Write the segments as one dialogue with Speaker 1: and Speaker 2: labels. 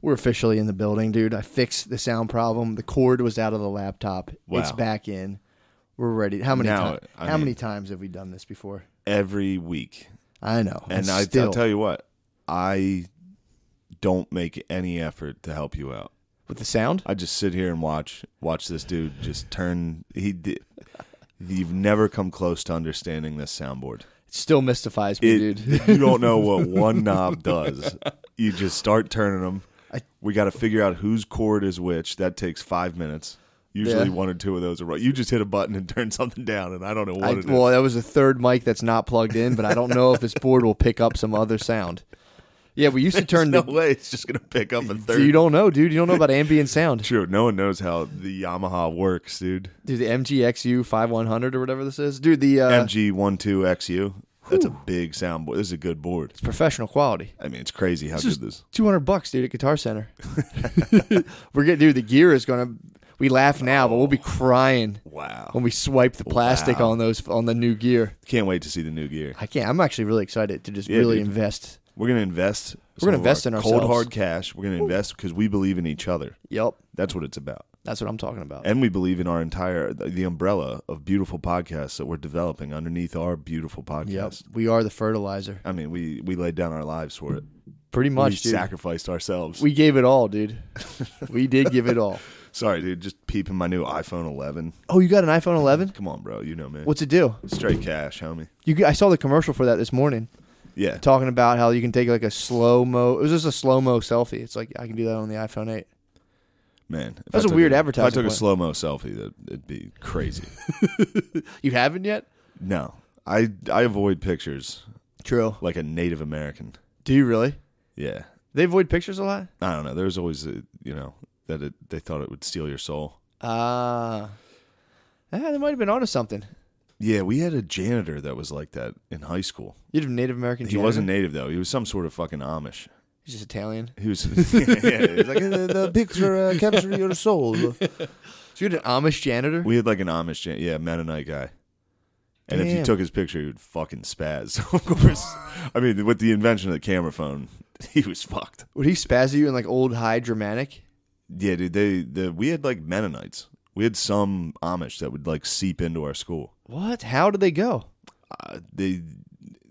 Speaker 1: We're officially in the building, dude. I fixed the sound problem. The cord was out of the laptop. It's
Speaker 2: Wow.
Speaker 1: back in. We're ready. How many
Speaker 2: Now,
Speaker 1: times?
Speaker 2: I
Speaker 1: How
Speaker 2: mean-
Speaker 1: many times have we done this before?
Speaker 2: every week.
Speaker 1: I know.
Speaker 2: And I,
Speaker 1: still,
Speaker 2: I'll tell you what, I don't make any effort to help you out.
Speaker 1: with the sound,
Speaker 2: I just sit here and watch watch this dude just turn. He did. You've never come close to understanding this soundboard.
Speaker 1: it still mystifies me,
Speaker 2: It,
Speaker 1: dude.
Speaker 2: you don't know what one knob does. You just start turning them.
Speaker 1: I-
Speaker 2: we got to figure out whose cord is which. That takes five minutes. Usually
Speaker 1: Yeah.
Speaker 2: one or two of those are right. You just hit a button and turn something down, and I don't know what
Speaker 1: I,
Speaker 2: it is.
Speaker 1: well, that was the third mic that's not plugged in, but I don't know if this board will pick up some other sound. Yeah, we used to turn
Speaker 2: no
Speaker 1: the.
Speaker 2: way it's just gonna pick up a third.
Speaker 1: You don't know, dude. You don't know about ambient sound,
Speaker 2: True. No one knows how the Yamaha works, dude.
Speaker 1: dude. The MGXU 5100 or whatever this is, dude. The uh,
Speaker 2: MG12XU. That's a big soundboard. This is a good board.
Speaker 1: professional quality.
Speaker 2: I mean, it's crazy how good this.
Speaker 1: Two hundred bucks, dude, at Guitar Center. We're getting, dude. The gear is gonna. We laugh now, but we'll be crying when
Speaker 2: Wow.
Speaker 1: we swipe the plastic
Speaker 2: Oh. Wow.
Speaker 1: on those on the new gear.
Speaker 2: Oh, Can't wait to see the new gear.
Speaker 1: I can't. I'm actually really excited to just
Speaker 2: Yeah,
Speaker 1: really
Speaker 2: dude.
Speaker 1: invest.
Speaker 2: We're gonna invest.
Speaker 1: We're gonna
Speaker 2: some of our
Speaker 1: invest in
Speaker 2: cold
Speaker 1: ourselves.
Speaker 2: hard cash. We're gonna invest because we believe in each other.
Speaker 1: Yep,
Speaker 2: That's what it's about,
Speaker 1: that's what I'm talking about.
Speaker 2: and we believe in our entire the, the umbrella of beautiful podcasts that we're developing underneath our beautiful
Speaker 1: Yep,
Speaker 2: podcast.
Speaker 1: we are the fertilizer,
Speaker 2: I mean, we we laid down our lives for it.
Speaker 1: pretty
Speaker 2: we
Speaker 1: much, dude.
Speaker 2: sacrificed ourselves.
Speaker 1: We gave it all, dude. we did give it all.
Speaker 2: Sorry, dude. Just peeping my new iPhone 11.
Speaker 1: Oh, you got an iPhone 11?
Speaker 2: Come on, bro. You know me.
Speaker 1: What's it do?
Speaker 2: Straight cash, homie.
Speaker 1: You, g- I saw the commercial for that this morning,
Speaker 2: Yeah.
Speaker 1: talking about how you can take like a slow mo. It was just a slow mo selfie. It's like I can do that on the iPhone 8.
Speaker 2: Man, if
Speaker 1: That's a
Speaker 2: I took
Speaker 1: weird
Speaker 2: If I
Speaker 1: advertising
Speaker 2: took a
Speaker 1: point.
Speaker 2: slow mo selfie, that it'd be crazy.
Speaker 1: You haven't yet?
Speaker 2: no, I I avoid pictures
Speaker 1: True.
Speaker 2: like a Native American.
Speaker 1: Do you really?
Speaker 2: Yeah,
Speaker 1: They avoid pictures a lot.
Speaker 2: I don't know. There's always a, you know that it, they thought it would steal your soul.
Speaker 1: Ah, ah, they might have been onto something.
Speaker 2: Yeah, we had a janitor that was like that in high school.
Speaker 1: You'd have Native American.
Speaker 2: He wasn't Native though. He was some sort of fucking Amish.
Speaker 1: He's just Italian.
Speaker 2: He was, yeah, he was like the, the picture uh, captured your soul.
Speaker 1: So you had an Amish janitor.
Speaker 2: We had like an Amish, jan- yeah, Mennonite guy. And if you
Speaker 1: Damn.
Speaker 2: took his picture, he would fucking spaz. of course, I mean, with the invention of the camera phone, he was fucked.
Speaker 1: Would he spaz you in like old high Germanic?
Speaker 2: Yeah, dude. They, the we had like Mennonites. We had some Amish that would like seep into our school.
Speaker 1: What? How did they go?
Speaker 2: Uh, they like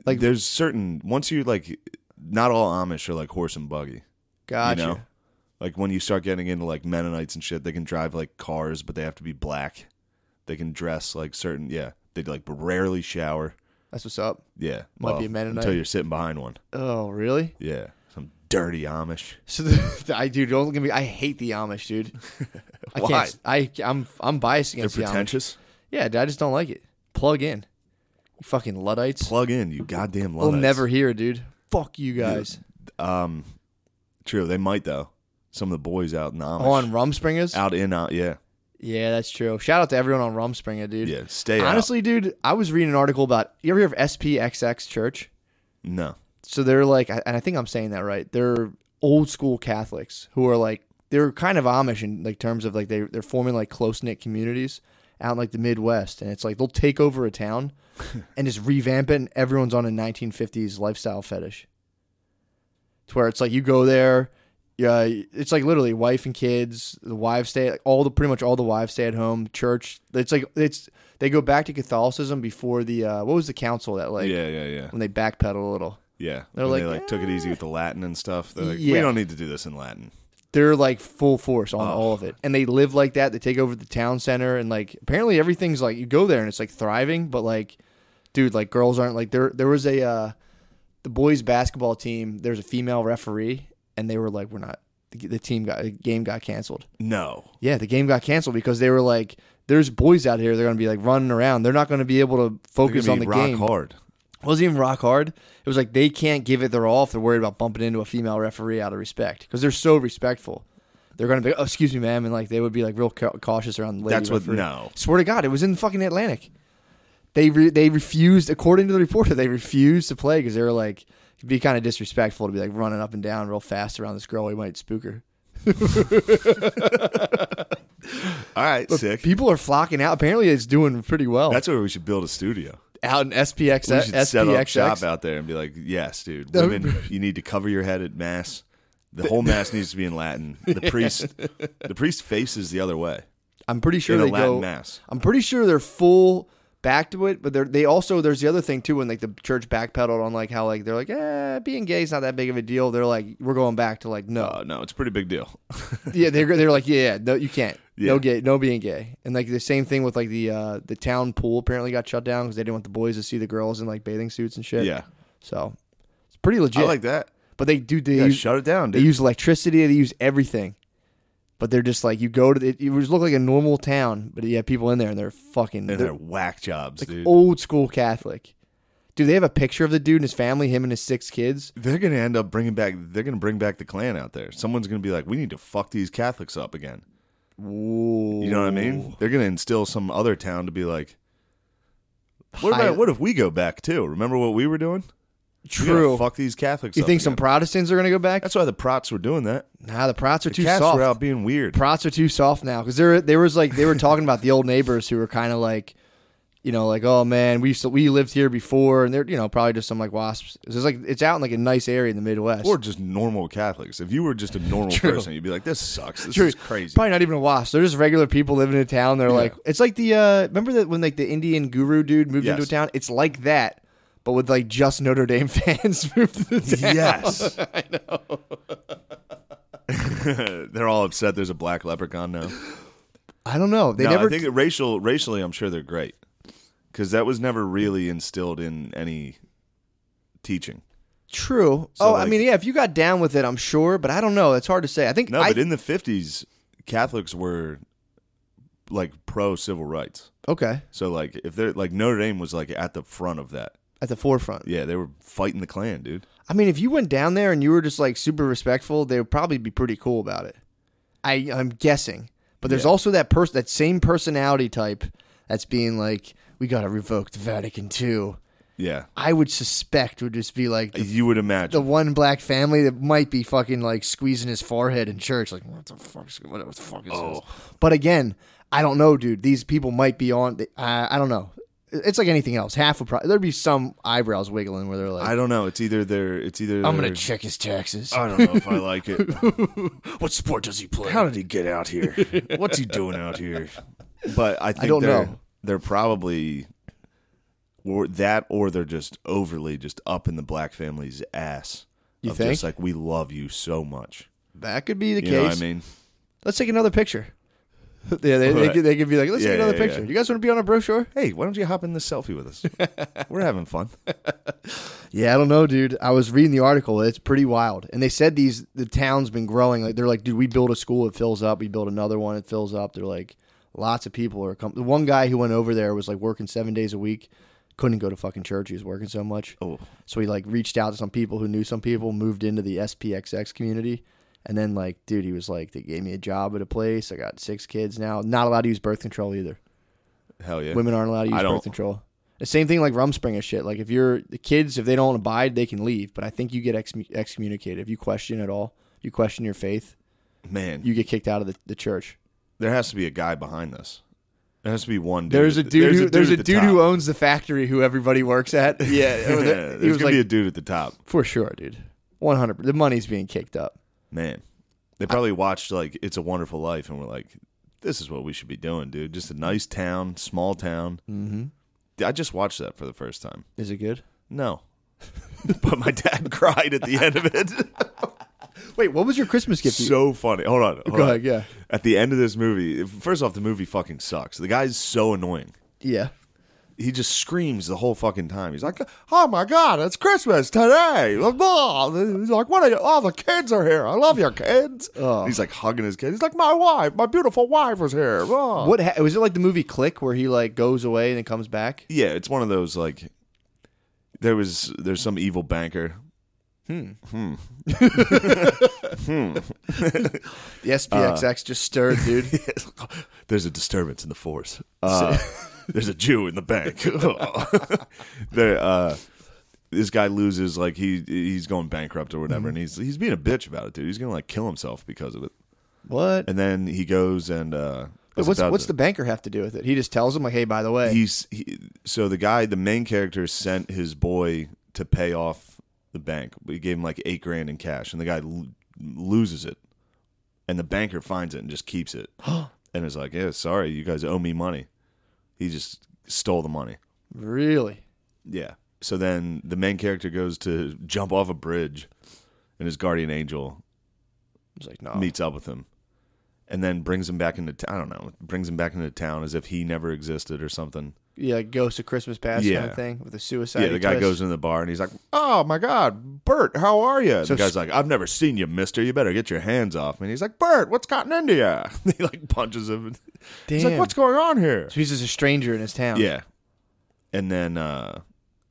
Speaker 1: Like-
Speaker 2: there's certain once you like, not all Amish are like horse and buggy.
Speaker 1: Gotcha.
Speaker 2: You know, like when you start getting into like Mennonites and shit, they can drive like cars, but they have to be black. They can dress like certain. Yeah, they like rarely shower.
Speaker 1: That's what's up.
Speaker 2: Yeah,
Speaker 1: Might be a Mennonite.
Speaker 2: until you're sitting behind one.
Speaker 1: Oh, really?
Speaker 2: Yeah, some dirty Amish.
Speaker 1: So the, I dude, don't give me. I hate the Amish, dude. I
Speaker 2: Why?
Speaker 1: can't. I I'm I'm biased
Speaker 2: They're
Speaker 1: against the Amish.
Speaker 2: pretentious.
Speaker 1: Yeah, dude, I just don't like it. Plug in, you fucking luddites.
Speaker 2: Plug in, you goddamn.
Speaker 1: we'll
Speaker 2: Luddites.
Speaker 1: never hear, dude. Fuck you guys.
Speaker 2: Um, true. They might though. Some of the boys out in the Amish.
Speaker 1: Oh, on Rumspringers.
Speaker 2: out in out. Yeah,
Speaker 1: Yeah, that's true. Shout out to everyone on Rumspringer, dude.
Speaker 2: yeah. Stay
Speaker 1: Honestly, dude, I was reading an article about. You ever hear of SPXX Church?
Speaker 2: out. No.
Speaker 1: so they're like and i think i'm saying that right they're old school catholics who are like they're kind of amish in like terms of like they, they're forming like close-knit communities out in like the midwest and it's like they'll take over a town and just revamp it and everyone's on a 1950s lifestyle fetish to where it's like you go there yeah it's like literally wife and kids the wives stay like all the pretty much all the wives stay at home church it's like it's they go back to catholicism before the uh what was the council that like
Speaker 2: yeah, yeah, yeah,
Speaker 1: when they backpedal a little
Speaker 2: yeah.
Speaker 1: They're
Speaker 2: When they
Speaker 1: like, "Eh."
Speaker 2: like took it easy with the Latin and stuff. They're like, we
Speaker 1: Yeah.
Speaker 2: don't need to do this in Latin.
Speaker 1: they're like full force on
Speaker 2: Oh.
Speaker 1: all of it and they live like that they take over the town center and like apparently everything's like you go there and it's like thriving but like dude like girls aren't like there there was a uh the boys basketball team there's a female referee and they were like we're not the, the team got the game got canceled
Speaker 2: No.
Speaker 1: yeah the game got canceled because they were like there's boys out here they're gonna be like running around they're not gonna be able to
Speaker 2: They're
Speaker 1: focus
Speaker 2: gonna
Speaker 1: on
Speaker 2: be
Speaker 1: the
Speaker 2: rock
Speaker 1: game
Speaker 2: hard.
Speaker 1: it wasn't even rock hard. It was like they can't give it their all if they're worried about bumping into a female referee out of respect because they're so respectful. They're gonna be, oh, excuse me, ma'am, and like they would be like real ca- cautious around the lady.
Speaker 2: That's what.
Speaker 1: referee.
Speaker 2: No.
Speaker 1: Swear to God, it was in the fucking Atlantic. They re- they refused, according to the reporter, they refused to play because they were like it'd be kind of disrespectful to be like running up and down real fast around this girl. We might spook her.
Speaker 2: All right. sick.
Speaker 1: People are flocking out. Apparently, it's doing pretty well
Speaker 2: That's where we should build a studio.
Speaker 1: out in SPX.
Speaker 2: We should set up
Speaker 1: SPXX.
Speaker 2: shop out there and be like, yes, dude.
Speaker 1: That would
Speaker 2: Women, you need to cover your head at mass. The whole mass needs to be in Latin. The priest, the priest faces the other way
Speaker 1: I'm pretty sure
Speaker 2: in a
Speaker 1: they
Speaker 2: Latin
Speaker 1: go.
Speaker 2: mass.
Speaker 1: I'm pretty sure they're full back to it, but they're they also there's the other thing too when like the church backpedaled on like how like they're like eh being gay is not that big of a deal. They're like we're going back to like no
Speaker 2: Uh, no, it's a pretty big deal.
Speaker 1: yeah they're they're like yeah, yeah no you can't
Speaker 2: Yeah.
Speaker 1: no gay no being gay and like the same thing with like the uh the town pool apparently got shut down because they didn't want the boys to see the girls in like bathing suits and shit
Speaker 2: yeah,
Speaker 1: so it's pretty legit
Speaker 2: I like that.
Speaker 1: but they do they
Speaker 2: Yeah,
Speaker 1: use,
Speaker 2: shut it down,
Speaker 1: they
Speaker 2: dude.
Speaker 1: use electricity they use everything. But they're just like you go to the, it would look like a normal town, but you have people in there and they're fucking
Speaker 2: and
Speaker 1: they're-
Speaker 2: they're whack jobs, dude.
Speaker 1: old school Catholic. Do they have a picture of the dude and his family, him and his six kids?
Speaker 2: They're gonna end up bringing back. They're gonna bring back the Klan out there. Someone's gonna be like, "We need to fuck these Catholics up again."
Speaker 1: Ooh.
Speaker 2: You know what I mean? They're gonna instill some other town to be like, "What
Speaker 1: High-
Speaker 2: about what if we go back too? Remember what we were doing? We gotta
Speaker 1: True.
Speaker 2: Fuck these Catholics.
Speaker 1: You
Speaker 2: up
Speaker 1: think some
Speaker 2: again.
Speaker 1: Protestants are going to go back?
Speaker 2: That's why the Prots were doing that.
Speaker 1: Nah, the Prots are
Speaker 2: The
Speaker 1: too
Speaker 2: Cats
Speaker 1: soft.
Speaker 2: were out being weird.
Speaker 1: Prots are too soft now because there, there was like they were talking about the old neighbors who were kind of like, you know, like oh man, we used to, we lived here before, and they're you know probably just some like wasps. It's just like it's out in like a nice area in the Midwest.
Speaker 2: or just normal Catholics. If you were just a normal person, you'd be like, "This sucks. This
Speaker 1: True.
Speaker 2: is crazy."
Speaker 1: Probably not even a wasp. They're just regular people living in a town. They're like, it's like the uh, remember that when like the Indian guru dude moved into a
Speaker 2: Yes.
Speaker 1: town. It's like that, but with like just Notre Dame fans moved to the town.
Speaker 2: Yes, I know. they're all upset. There's a black leprechaun now.
Speaker 1: I don't know. They
Speaker 2: no,
Speaker 1: never.
Speaker 2: I think that racial racially, I'm sure they're great because that was never really instilled in any teaching.
Speaker 1: true. oh, I
Speaker 2: like-
Speaker 1: mean, yeah. If you got down with it, I'm sure, but I don't know. It's hard to say. I think.
Speaker 2: No,
Speaker 1: I,
Speaker 2: but in the 50s, Catholics were like pro civil rights.
Speaker 1: okay,
Speaker 2: So like if they're like Notre Dame was like at the front of that.
Speaker 1: at the forefront.
Speaker 2: Yeah, they were fighting the Klan, dude.
Speaker 1: I mean, if you went down there and you were just like super respectful, they would probably be pretty cool about it. I I'm guessing, but there's
Speaker 2: Yeah.
Speaker 1: also that person that same personality type that's being like, we got to revoke the Vatican II.
Speaker 2: Yeah.
Speaker 1: I would suspect would just be like the,
Speaker 2: You would imagine.
Speaker 1: the one black family that might be fucking like squeezing his forehead in church, like what the fuck, is- what the fuck is
Speaker 2: Oh.
Speaker 1: this? But again, I don't know, dude. These people might be on. The, uh, I don't know. It's like anything else. Half a pro- there'd be some eyebrows wiggling where they're like,
Speaker 2: I Uh, don't know. It's either they're it's either
Speaker 1: I'm
Speaker 2: they're-
Speaker 1: gonna check his taxes.
Speaker 2: I don't know if I like it.
Speaker 1: what sport does he play?
Speaker 2: How did he get out here? What's he doing out here? But I think
Speaker 1: don't
Speaker 2: they're,
Speaker 1: know.
Speaker 2: they're probably or that or they're just overly just up in the black family's ass.
Speaker 1: You
Speaker 2: of
Speaker 1: think?
Speaker 2: Just like we love you so much.
Speaker 1: That could be the
Speaker 2: You
Speaker 1: case.
Speaker 2: know what I mean?
Speaker 1: Let's take another picture. yeah, they, they,
Speaker 2: Right.
Speaker 1: could, they could be like, let's
Speaker 2: Yeah,
Speaker 1: take another
Speaker 2: yeah, yeah.
Speaker 1: picture. You guys want to be on a brochure?
Speaker 2: Hey, why don't you hop in this selfie with us? We're having fun.
Speaker 1: Yeah, I don't know, dude. I was reading the article. It's pretty wild. And they said these the town's been growing. Like they're like, dude, we build a school, it fills up. We build another one, it fills up. They're like, lots of people are coming. The one guy who went over there was like working seven days a week, couldn't go to fucking church. He was working so much.
Speaker 2: Oh,
Speaker 1: So he like reached out to some people who knew some people, moved into the SPXX community, and then like, dude, he was like, they gave me a job at a place. I got six kids now. Not allowed to use birth control either.
Speaker 2: hell yeah.
Speaker 1: Women aren't allowed to use
Speaker 2: I
Speaker 1: birth
Speaker 2: don't-
Speaker 1: control. The same thing like Rumspringa shit. Like if you're the kids, if they don't abide, they can leave. But I think you get excom- excommunicated if you question at all. If you question your faith,
Speaker 2: Man,
Speaker 1: you get kicked out of the, the church.
Speaker 2: there has to be a guy behind this. There has to be one dude.
Speaker 1: There's a
Speaker 2: at the-
Speaker 1: dude. who, there's a
Speaker 2: at the
Speaker 1: dude, who
Speaker 2: top.
Speaker 1: owns the factory who everybody works at. Yeah,
Speaker 2: Yeah,
Speaker 1: or the-
Speaker 2: there's
Speaker 1: he was
Speaker 2: gonna
Speaker 1: like
Speaker 2: be a dude at the top.
Speaker 1: for sure, dude. One hundred. The money's being kicked up.
Speaker 2: Man, they probably watched like It's a Wonderful Life and were like, "This is what we should be doing, dude. Just a nice town, small town."
Speaker 1: Mm-hmm.
Speaker 2: I just watched that for the first time.
Speaker 1: Is it good?
Speaker 2: No, but my dad cried at the end of it.
Speaker 1: Wait, what was your Christmas gift? you-
Speaker 2: so funny. Hold on, hold
Speaker 1: Go
Speaker 2: on.
Speaker 1: ahead, yeah.
Speaker 2: At the end of this movie, first off, the movie fucking sucks. The guy's so annoying.
Speaker 1: Yeah.
Speaker 2: He just screams the whole fucking time. He's like, "Oh my god, it's Christmas today!" Blah, blah. He's like, "What are you? All the kids are here. I love your kids."
Speaker 1: Oh.
Speaker 2: He's like hugging his kids. He's like, "My wife, my beautiful wife, was here." Blah.
Speaker 1: What ha- was it like the movie Click where he like goes away and then comes back?
Speaker 2: Yeah, it's one of those like there was there's some evil banker.
Speaker 1: The SPXX just stirred, dude.
Speaker 2: there's a disturbance in the force. Uh, there's a Jew in the bank. there, uh, this guy loses like he he's going bankrupt or whatever, and he's he's being a bitch about it, dude. He's gonna like kill himself because of it.
Speaker 1: what?
Speaker 2: And then he goes and uh,
Speaker 1: Wait,
Speaker 2: is
Speaker 1: what's
Speaker 2: about
Speaker 1: what's the
Speaker 2: to-
Speaker 1: banker have to do with it? He just tells him like, hey, by the way,
Speaker 2: he's he, so the guy the main character sent his boy to pay off the bank but he gave him like eight grand in cash and the guy l- loses it, and the banker finds it and just keeps it, and is like, "Yeah, sorry, you guys owe me money." He just stole the money.
Speaker 1: Really?
Speaker 2: Yeah. So then the main character goes to jump off a bridge, and his guardian angel
Speaker 1: It's like no.
Speaker 2: meets up with him, and then brings him back into t- I don't know, brings him back into town as if he never existed or something.
Speaker 1: Yeah, like Ghost of Christmas Past kind
Speaker 2: Yeah.
Speaker 1: of thing with the suicide.
Speaker 2: yeah, the guy goes into the bar and he's like, "Oh my God, Bert, how are you?"
Speaker 1: So
Speaker 2: the guy's
Speaker 1: s-
Speaker 2: like, "I've never seen you, Mister. You better get your hands off me." And he's like, "Bert, what's gotten into you?" he like punches him. And
Speaker 1: Damn.
Speaker 2: He's like, "What's going on here?"
Speaker 1: so he's just a stranger in his town.
Speaker 2: Yeah, and then uh,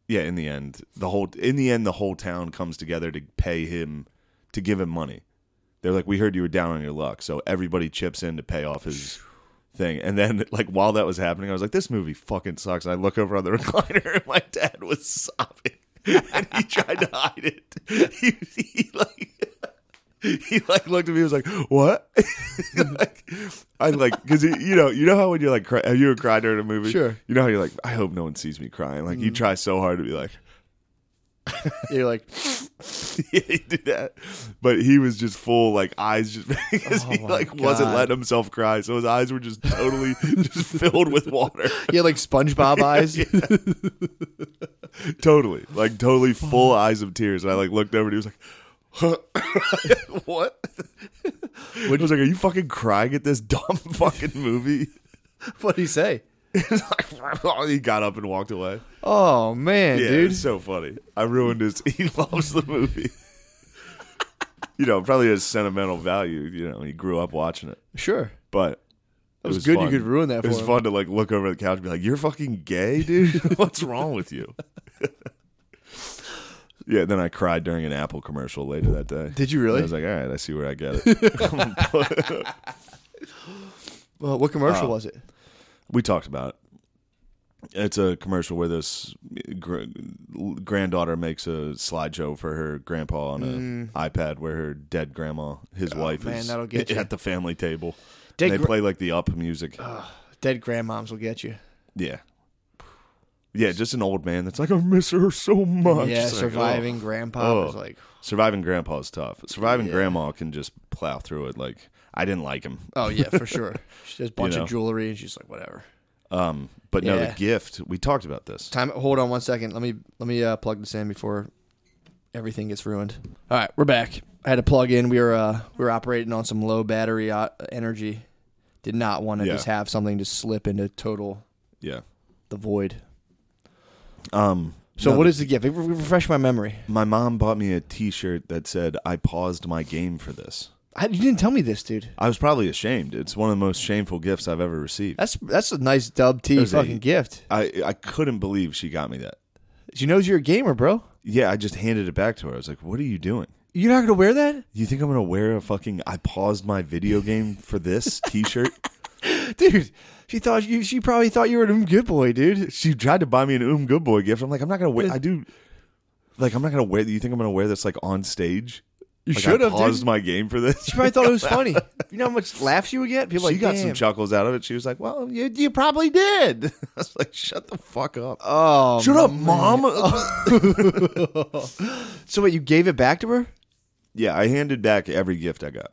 Speaker 2: yeah, in the end, the whole in the end, the whole town comes together to pay him to give him money. They're like, "We heard you were down on your luck, so everybody chips in to pay off his." Thing and then like while that was happening, I was like, "This movie fucking sucks." And I look over on the recliner, and my dad was sobbing, and he tried to hide it. He, he like he like looked at me. and was like, "What?" like, I like because you know you know how when you're like cry, have you ever cried during a movie?
Speaker 1: Sure.
Speaker 2: You know how you're like, I hope no one sees me crying. Like you try so hard to be like,
Speaker 1: You're like,
Speaker 2: yeah, you do that. But he was just full like eyes just because he
Speaker 1: Oh, my
Speaker 2: like wasn't
Speaker 1: God.
Speaker 2: letting himself cry, so his eyes were just totally just filled with water.
Speaker 1: yeah, like SpongeBob eyes.
Speaker 2: totally like totally full eyes of tears. And I like looked over and he was like. Huh? what? I was like, "Are you fucking crying at this dumb fucking movie?"
Speaker 1: What'd he say?
Speaker 2: he got up and walked away.
Speaker 1: Oh man,
Speaker 2: Yeah,
Speaker 1: dude.
Speaker 2: it's so funny. I ruined his. He loves the movie. you know, probably has sentimental value. You know, he grew up watching it,
Speaker 1: Sure.
Speaker 2: but it
Speaker 1: was good you
Speaker 2: fun.
Speaker 1: could ruin that
Speaker 2: It was
Speaker 1: for him.
Speaker 2: fun to like look over the couch and be like, "You're fucking gay, dude. What's wrong with you?" yeah. Then I cried during an Apple commercial later that day.
Speaker 1: Did you really?
Speaker 2: I was like, "All right, I see where I get it."
Speaker 1: Well, what commercial
Speaker 2: Uh,
Speaker 1: was it?
Speaker 2: we talked about it. It's a commercial where this gr- granddaughter makes a slideshow for her grandpa on an iPad, where her dead grandma, his wife,
Speaker 1: Mm. Oh, man,
Speaker 2: is
Speaker 1: that'll get ya.
Speaker 2: at the family table.
Speaker 1: Dead
Speaker 2: And they
Speaker 1: gra- Oh,
Speaker 2: play like the up music.
Speaker 1: Dead grandmoms will get you.
Speaker 2: yeah, yeah, just an old man that's like, I miss her so much.
Speaker 1: yeah,
Speaker 2: It's like,
Speaker 1: surviving grandpa
Speaker 2: oh.
Speaker 1: was like,
Speaker 2: oh. surviving grandpa is tough. Surviving
Speaker 1: Yeah.
Speaker 2: grandma can just plow through it. Like I didn't like him.
Speaker 1: oh yeah, for sure. She has a bunch
Speaker 2: know.
Speaker 1: of jewelry and she's like, whatever.
Speaker 2: Um, but no, the
Speaker 1: Yeah.
Speaker 2: gift. We talked about this.
Speaker 1: Time. Hold on one second. Let me let me uh, plug this in before everything gets ruined. All right, we're back. I had to plug in. We were uh, we were operating on some low battery uh, energy. Did not want to
Speaker 2: Yeah.
Speaker 1: just have something to slip into total
Speaker 2: Yeah.
Speaker 1: the void.
Speaker 2: Um.
Speaker 1: So
Speaker 2: no,
Speaker 1: what
Speaker 2: the-
Speaker 1: is the gift? Re- Refresh my memory.
Speaker 2: My mom bought me a T-shirt that said "I paused my game for this."
Speaker 1: I, you didn't tell me this, dude.
Speaker 2: I was probably ashamed. It's one of the most shameful gifts I've ever received.
Speaker 1: That's that's a nice dub T
Speaker 2: There's a-
Speaker 1: fucking gift.
Speaker 2: I I couldn't believe she got me that.
Speaker 1: She knows you're a gamer, bro.
Speaker 2: Yeah, I just handed it back to her. I was like, "What are you doing?
Speaker 1: You're not gonna wear that,
Speaker 2: You think I'm gonna wear a fucking I paused my video game for this T-shirt?"
Speaker 1: dude. She thought you. She probably thought you were a good boy, dude.
Speaker 2: she tried to buy me an Um Good Boy gift. I'm like, I'm not gonna wear. I do. Like, I'm not gonna wear. You think I'm gonna wear this like on stage?
Speaker 1: You
Speaker 2: Like, I
Speaker 1: should have.
Speaker 2: paused
Speaker 1: dude.
Speaker 2: my game for this.
Speaker 1: She probably thought it was funny. You know how much laughs you would get? People
Speaker 2: she
Speaker 1: like
Speaker 2: got
Speaker 1: Damn.
Speaker 2: some chuckles out of it. She was like, "Well, you, you probably did." I was like, "Shut the fuck up."
Speaker 1: Oh,
Speaker 2: Shut up, mom.
Speaker 1: so wait, you gave it back to her
Speaker 2: yeah, I handed back every gift I got,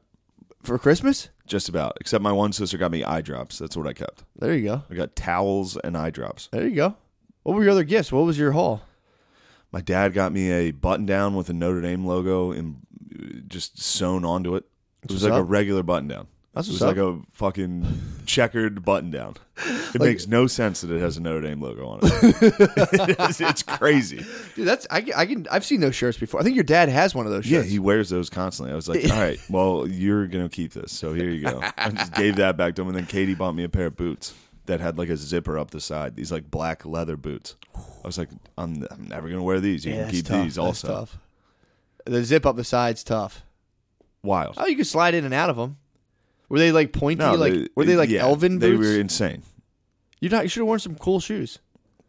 Speaker 1: for Christmas?
Speaker 2: just about. Except my one sister got me eye drops. That's what I kept.
Speaker 1: There you go.
Speaker 2: I got towels and eye drops.
Speaker 1: There you go. What were your other gifts? What was your haul?
Speaker 2: My dad got me a button down with a Notre Dame logo and uh, just sewn onto it. It was
Speaker 1: what's
Speaker 2: like a
Speaker 1: up.
Speaker 2: regular button down.
Speaker 1: That's
Speaker 2: it was
Speaker 1: what's
Speaker 2: like a fucking checkered button down. It makes no sense that it has a Notre Dame logo on it. it's, it's crazy.
Speaker 1: Dude, that's I, I can I've seen those shirts before. I think your dad has one of those
Speaker 2: Yeah,
Speaker 1: shirts.
Speaker 2: he wears those constantly. I was like, all right, well, you're going to keep this. So here you go. I just gave that back to him. And then Katie bought me a pair of boots that had like a zipper up the side, these like black leather boots. I was like, I'm, I'm never going to wear these. You
Speaker 1: Yeah,
Speaker 2: can
Speaker 1: that's
Speaker 2: keep
Speaker 1: tough.
Speaker 2: these
Speaker 1: That's
Speaker 2: also.
Speaker 1: tough. The zip up the sides tough.
Speaker 2: Wild.
Speaker 1: Oh, you could slide in and out of them. Were they like pointy? like
Speaker 2: they-
Speaker 1: were they like
Speaker 2: yeah,
Speaker 1: elven
Speaker 2: They
Speaker 1: boots?
Speaker 2: were insane.
Speaker 1: You not you should have worn some cool shoes.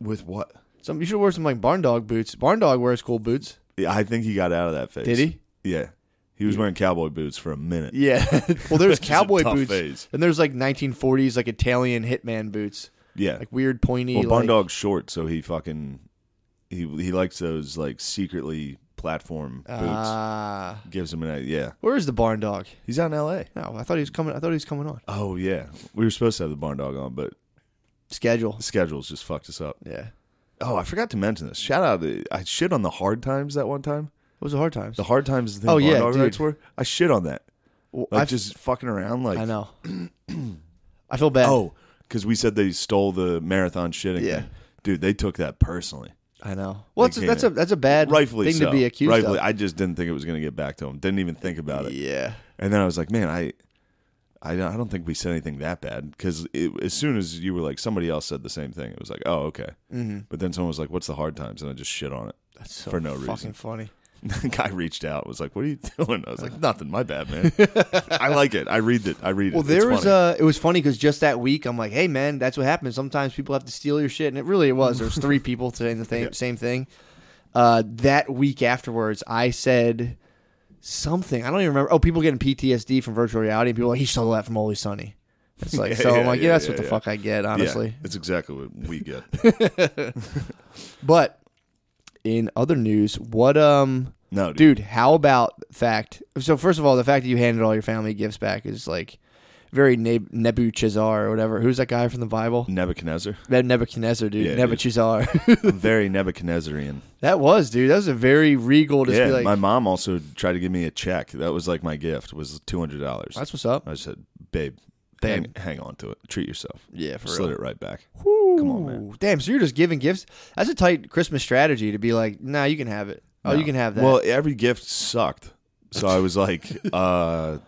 Speaker 2: With what?
Speaker 1: Some you should have worn some like barn dog boots. Barn dog wears cool boots.
Speaker 2: Yeah, I think he got out of that phase.
Speaker 1: Did he?
Speaker 2: Yeah. He was wearing cowboy boots for a minute.
Speaker 1: Yeah. well, there's
Speaker 2: Which is a
Speaker 1: cowboy
Speaker 2: tough
Speaker 1: boots,
Speaker 2: phase.
Speaker 1: and there's like 1940s like Italian hitman boots,
Speaker 2: Yeah.
Speaker 1: like weird pointy.
Speaker 2: well, Barn
Speaker 1: like-
Speaker 2: Dog's short, so he fucking he he likes those like secretly platform boots.
Speaker 1: Ah,
Speaker 2: Gives him an idea. Yeah,
Speaker 1: where is the barn dog?
Speaker 2: he's out in L.A.
Speaker 1: No, I thought he was coming. I thought he was coming on
Speaker 2: Oh yeah, we were supposed to have the barn dog on, but
Speaker 1: schedule.
Speaker 2: the schedules just fucked us up.
Speaker 1: Yeah, it
Speaker 2: Oh, I forgot to mention this. Shout out! To, I shit on the hard times that one time.
Speaker 1: was a hard times.
Speaker 2: The hard times. The thing
Speaker 1: Oh,
Speaker 2: barn
Speaker 1: yeah,
Speaker 2: dog
Speaker 1: dude.
Speaker 2: rights were. I shit on that.
Speaker 1: Well,
Speaker 2: Like
Speaker 1: I've-
Speaker 2: just fucking around. Like
Speaker 1: I know. I feel bad.
Speaker 2: Oh, because we said they stole the marathon shitting.
Speaker 1: Yeah.
Speaker 2: thing. dude, they took that personally.
Speaker 1: I know. Well, that's a,
Speaker 2: They
Speaker 1: that's a
Speaker 2: can't.
Speaker 1: that's a bad
Speaker 2: Rightfully
Speaker 1: thing
Speaker 2: so.
Speaker 1: to be accused
Speaker 2: Rightfully,
Speaker 1: of.
Speaker 2: I just didn't think it was going to get back to him. Didn't even think about it.
Speaker 1: yeah,
Speaker 2: And then I was like, man, I, I, don't- I don't think we said anything that bad because as soon as you were like, somebody else said the same thing. It was like, oh, okay. Mm-hmm. But then someone was like, what's the hard times? And I just shit on it.
Speaker 1: that's so
Speaker 2: For no
Speaker 1: fucking
Speaker 2: reason.
Speaker 1: funny.
Speaker 2: The guy reached out, was like, "What are you doing?" I was like, "Nothing, my bad, man. I like it. I read it. I read it."
Speaker 1: Well,
Speaker 2: It's
Speaker 1: there was
Speaker 2: funny.
Speaker 1: a. It was funny because just that week, I'm like, "Hey, man, that's what happens. Sometimes people have to steal your shit," and it really was. There was three people saying the same same thing. Uh, that week afterwards, I said something. I don't even remember. Oh, people getting PTSD from virtual reality, and people are like he stole that from Holy Sunny. It's like so.
Speaker 2: yeah,
Speaker 1: I'm like, yeah,
Speaker 2: yeah,
Speaker 1: that's
Speaker 2: yeah,
Speaker 1: what the
Speaker 2: yeah.
Speaker 1: fuck I get, honestly.
Speaker 2: Yeah, it's exactly what we get.
Speaker 1: But in other news, what um,
Speaker 2: No, dude.
Speaker 1: dude, how about the fact? So first of all, the fact that you handed all your family gifts back is like very Neb- Nebuchadnezzar or whatever. Who's that guy from the Bible?
Speaker 2: Nebuchadnezzar.
Speaker 1: That Nebuchadnezzar, dude.
Speaker 2: Yeah, dude.
Speaker 1: Nebuchadnezzar.
Speaker 2: Very Nebuchadnezzarian.
Speaker 1: that was, dude. That was a very regal. Just
Speaker 2: yeah,
Speaker 1: be like,
Speaker 2: my mom also tried to give me a check. That was like my gift was two hundred dollars.
Speaker 1: that's what's up.
Speaker 2: I said, "Babe,
Speaker 1: Babe.
Speaker 2: Hang, hang on to it. Treat yourself."
Speaker 1: Yeah, for
Speaker 2: Slid
Speaker 1: real.
Speaker 2: it right back.
Speaker 1: Come
Speaker 2: on, man.
Speaker 1: Damn, so you're just giving gifts? That's a tight Christmas strategy to be like, nah, you can have it. Oh,
Speaker 2: No.
Speaker 1: you can have that.
Speaker 2: Well, every gift sucked, so I was like, uh,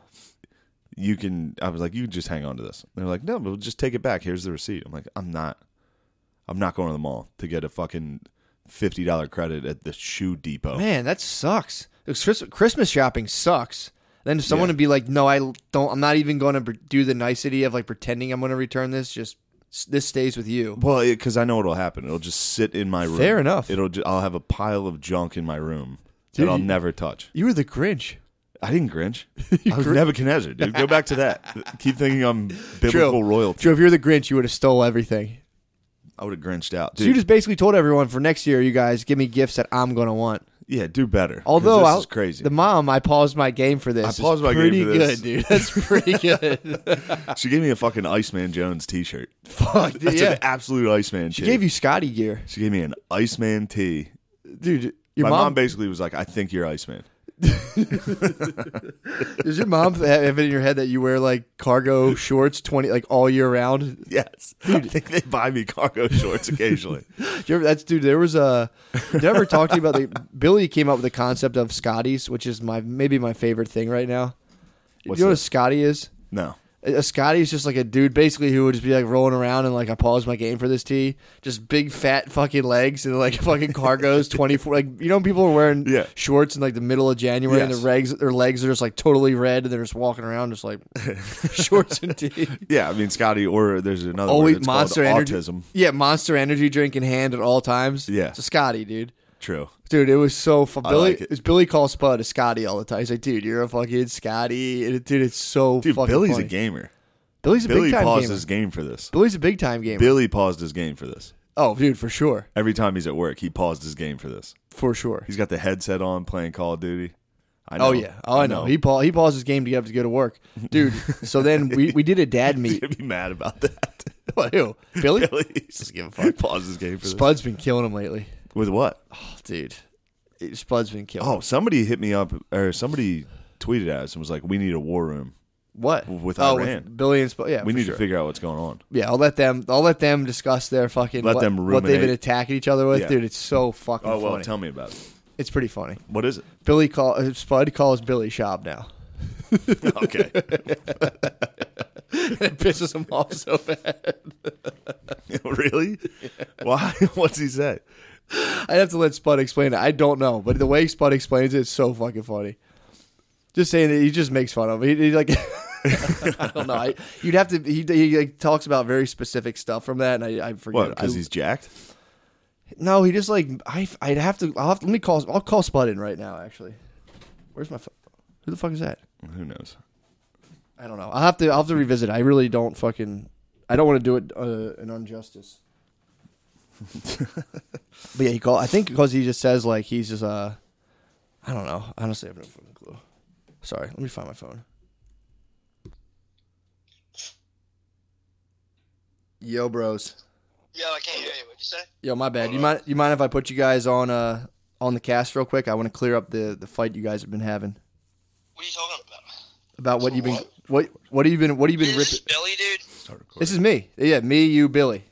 Speaker 2: "You can." I was like, "You can just hang on to this." They're like, "No, but just take it back. Here's the receipt." I'm like, "I'm not. I'm not going to the mall to get a fucking fifty dollar credit at the shoe depot."
Speaker 1: man, that sucks. It's Chris- Christmas shopping sucks. Then if someone would be like, no, I l- don't. I'm not even going to do the nicety of like pretending I'm going to return this. Just s- this stays with you.
Speaker 2: Well, because I know what'll happen. It'll just sit in my room.
Speaker 1: Fair enough.
Speaker 2: It'll. Ju- I'll have a pile of junk in my room
Speaker 1: Dude,
Speaker 2: that I'll
Speaker 1: you-
Speaker 2: never touch.
Speaker 1: You were the Grinch.
Speaker 2: I didn't Grinch. I was Nebuchadnezzar, dude. Go back to that. Keep thinking I'm biblical royalty.
Speaker 1: Joe, if you're the Grinch, you would have stole everything.
Speaker 2: I would have Grinched out,
Speaker 1: So you
Speaker 2: dude.
Speaker 1: just basically told everyone for next year, you guys give me gifts that I'm gonna want.
Speaker 2: yeah, do better. 'Cause
Speaker 1: Although
Speaker 2: this
Speaker 1: I'll-
Speaker 2: is crazy.
Speaker 1: The mom, I paused my game for this.
Speaker 2: I
Speaker 1: It's
Speaker 2: paused my game
Speaker 1: pretty
Speaker 2: for this.
Speaker 1: good, dude. That's pretty good.
Speaker 2: She gave me a fucking Iceman Jones t-shirt.
Speaker 1: Fuck, dude,
Speaker 2: That's
Speaker 1: yeah.
Speaker 2: an absolute Iceman.
Speaker 1: She gave you Scotty gear,
Speaker 2: She gave me an Iceman tee.
Speaker 1: dude. Your
Speaker 2: My mom,
Speaker 1: mom,
Speaker 2: basically was like, "I think you're Iceman."
Speaker 1: does your mom ha- have it in your head that you wear like cargo shorts twenty like all year round?
Speaker 2: Yes, I think they buy me cargo shorts occasionally.
Speaker 1: Did you ever- that's dude. There was a. Did I ever talk to you about the Billy came up with the concept of Scotties, which is my maybe my favorite thing right now. Do you
Speaker 2: What's
Speaker 1: know what a
Speaker 2: that?
Speaker 1: Scotty is?
Speaker 2: no,
Speaker 1: A a Scotty is just like a dude basically who would just be like rolling around and like I paused my game for this tee. Just big fat fucking legs and like fucking cargos twenty four like you know when people are wearing
Speaker 2: Yeah.
Speaker 1: shorts in like the middle of January and
Speaker 2: Yes.
Speaker 1: their legs their legs are just like totally red and they're just walking around just like shorts and tee.
Speaker 2: yeah, I mean Scotty, or there's another one.
Speaker 1: Always
Speaker 2: It's called
Speaker 1: Oh, monster energy.
Speaker 2: autism.
Speaker 1: Yeah, monster energy drink in hand at all times.
Speaker 2: Yeah.
Speaker 1: It's a Scotty, dude.
Speaker 2: True.
Speaker 1: Dude, it was so fun. Billy
Speaker 2: like it.
Speaker 1: it's Billy calls Spud a Scotty all the time. He's like, dude, you're a fucking Scotty. And it- Dude, it's so
Speaker 2: Dude,
Speaker 1: fucking
Speaker 2: Billy's
Speaker 1: funny.
Speaker 2: a gamer.
Speaker 1: Billy's a
Speaker 2: Billy
Speaker 1: big time
Speaker 2: paused
Speaker 1: gamer.
Speaker 2: his game for this.
Speaker 1: Billy's a big time gamer.
Speaker 2: Billy paused his game for this.
Speaker 1: Oh, dude, for sure.
Speaker 2: Every time he's at work, he paused his game for this.
Speaker 1: For sure.
Speaker 2: He's got the headset on, playing Call of Duty. I know.
Speaker 1: Oh yeah. Oh, I know. He pa- he paused his game to get up to go to work, dude. so then we, we did a dad meet.
Speaker 2: He'd be mad about that.
Speaker 1: What, Ew, Billy.
Speaker 2: Billy
Speaker 1: Just give a fuck.
Speaker 2: he paused his game for this.
Speaker 1: Spud's been killing him lately,
Speaker 2: With what?
Speaker 1: oh, dude. It- Spud's been killing. him.
Speaker 2: Oh, somebody hit me up, or somebody tweeted at us and was like, "We need a war room.
Speaker 1: what
Speaker 2: with
Speaker 1: oh,
Speaker 2: Iran.
Speaker 1: Billy and Spud. Yeah,
Speaker 2: We
Speaker 1: for
Speaker 2: need
Speaker 1: sure.
Speaker 2: to figure out what's going on."
Speaker 1: yeah, I'll let them. I'll let them discuss their fucking
Speaker 2: Let
Speaker 1: what,
Speaker 2: them
Speaker 1: what they've been
Speaker 2: ruminate.
Speaker 1: attacking each other with,
Speaker 2: Yeah.
Speaker 1: dude. It's so fucking
Speaker 2: Oh well,
Speaker 1: funny.
Speaker 2: tell me about it.
Speaker 1: it's pretty funny.
Speaker 2: What is it?
Speaker 1: Billy call uh, Spud calls Billy Shab now.
Speaker 2: Okay,
Speaker 1: it pisses him off so bad.
Speaker 2: really? Why? What's he say?
Speaker 1: I'd have to let Spud explain it. I don't know, but the way Spud explains it, it's so fucking funny. Just saying that he just makes fun of it. He, he, like, I don't know. I, you'd have to. He, he like, talks about very specific stuff from that, and I, I forget.
Speaker 2: What?
Speaker 1: I,
Speaker 2: Because he's jacked.
Speaker 1: no, he just like I. I'd have to. I'll have to. Let me call. I'll call Spud in right now. Actually, where's my? Fu- Who the fuck is that?
Speaker 2: Who knows?
Speaker 1: I don't know. I'll have to. I'll have to revisit. it. I really don't fucking. I don't want to do it uh, an injustice. but yeah, he call. I think because he just says like he's just uh I don't know. Honestly, I have no fucking clue. Sorry, let me find my phone. Yo, bros.
Speaker 3: Yo, I can't hear you. What'd you say?
Speaker 1: Yo, my bad. You mind? You mind if I put you guys on uh on the cast real quick? I want to clear up the the fight you guys have been having
Speaker 3: What are you talking about?
Speaker 1: about what you've been what what have you been what have you been
Speaker 3: Is this
Speaker 1: ripping.
Speaker 3: Billy, dude?
Speaker 2: Start recording.
Speaker 1: This is me. Yeah, me, you, Billy.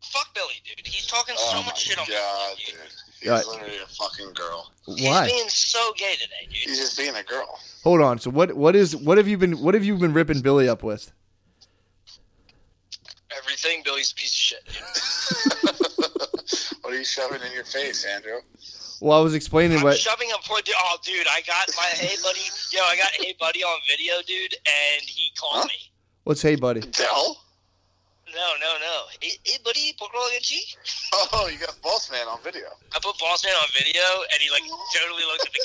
Speaker 3: Fuck Billy, dude. He's talking so much shit on
Speaker 4: God,
Speaker 3: me.
Speaker 4: dude.
Speaker 3: dude.
Speaker 4: He's
Speaker 1: Alright.
Speaker 4: literally a fucking girl.
Speaker 1: Why?
Speaker 3: He's being so gay today, dude.
Speaker 4: He's just being a girl.
Speaker 1: Hold on. So what what is what have you been what have you been ripping Billy up with?
Speaker 3: Everything Billy's a piece of shit. Dude.
Speaker 4: What are you shoving in your face, Andrew?
Speaker 1: Well, I was explaining
Speaker 3: I'm
Speaker 1: what
Speaker 3: shoving him for dude. Oh, dude, I got my hey buddy. Yo, I got hey buddy on video, dude, and he called
Speaker 4: Huh?
Speaker 3: me.
Speaker 1: what's hey buddy.
Speaker 4: Dell?
Speaker 3: No, no, no. Hey, hey buddy, ¿por qué lo ganché?
Speaker 4: Oh, you got Boss Man on video.
Speaker 3: I put Bossman on video, and he like totally looked at the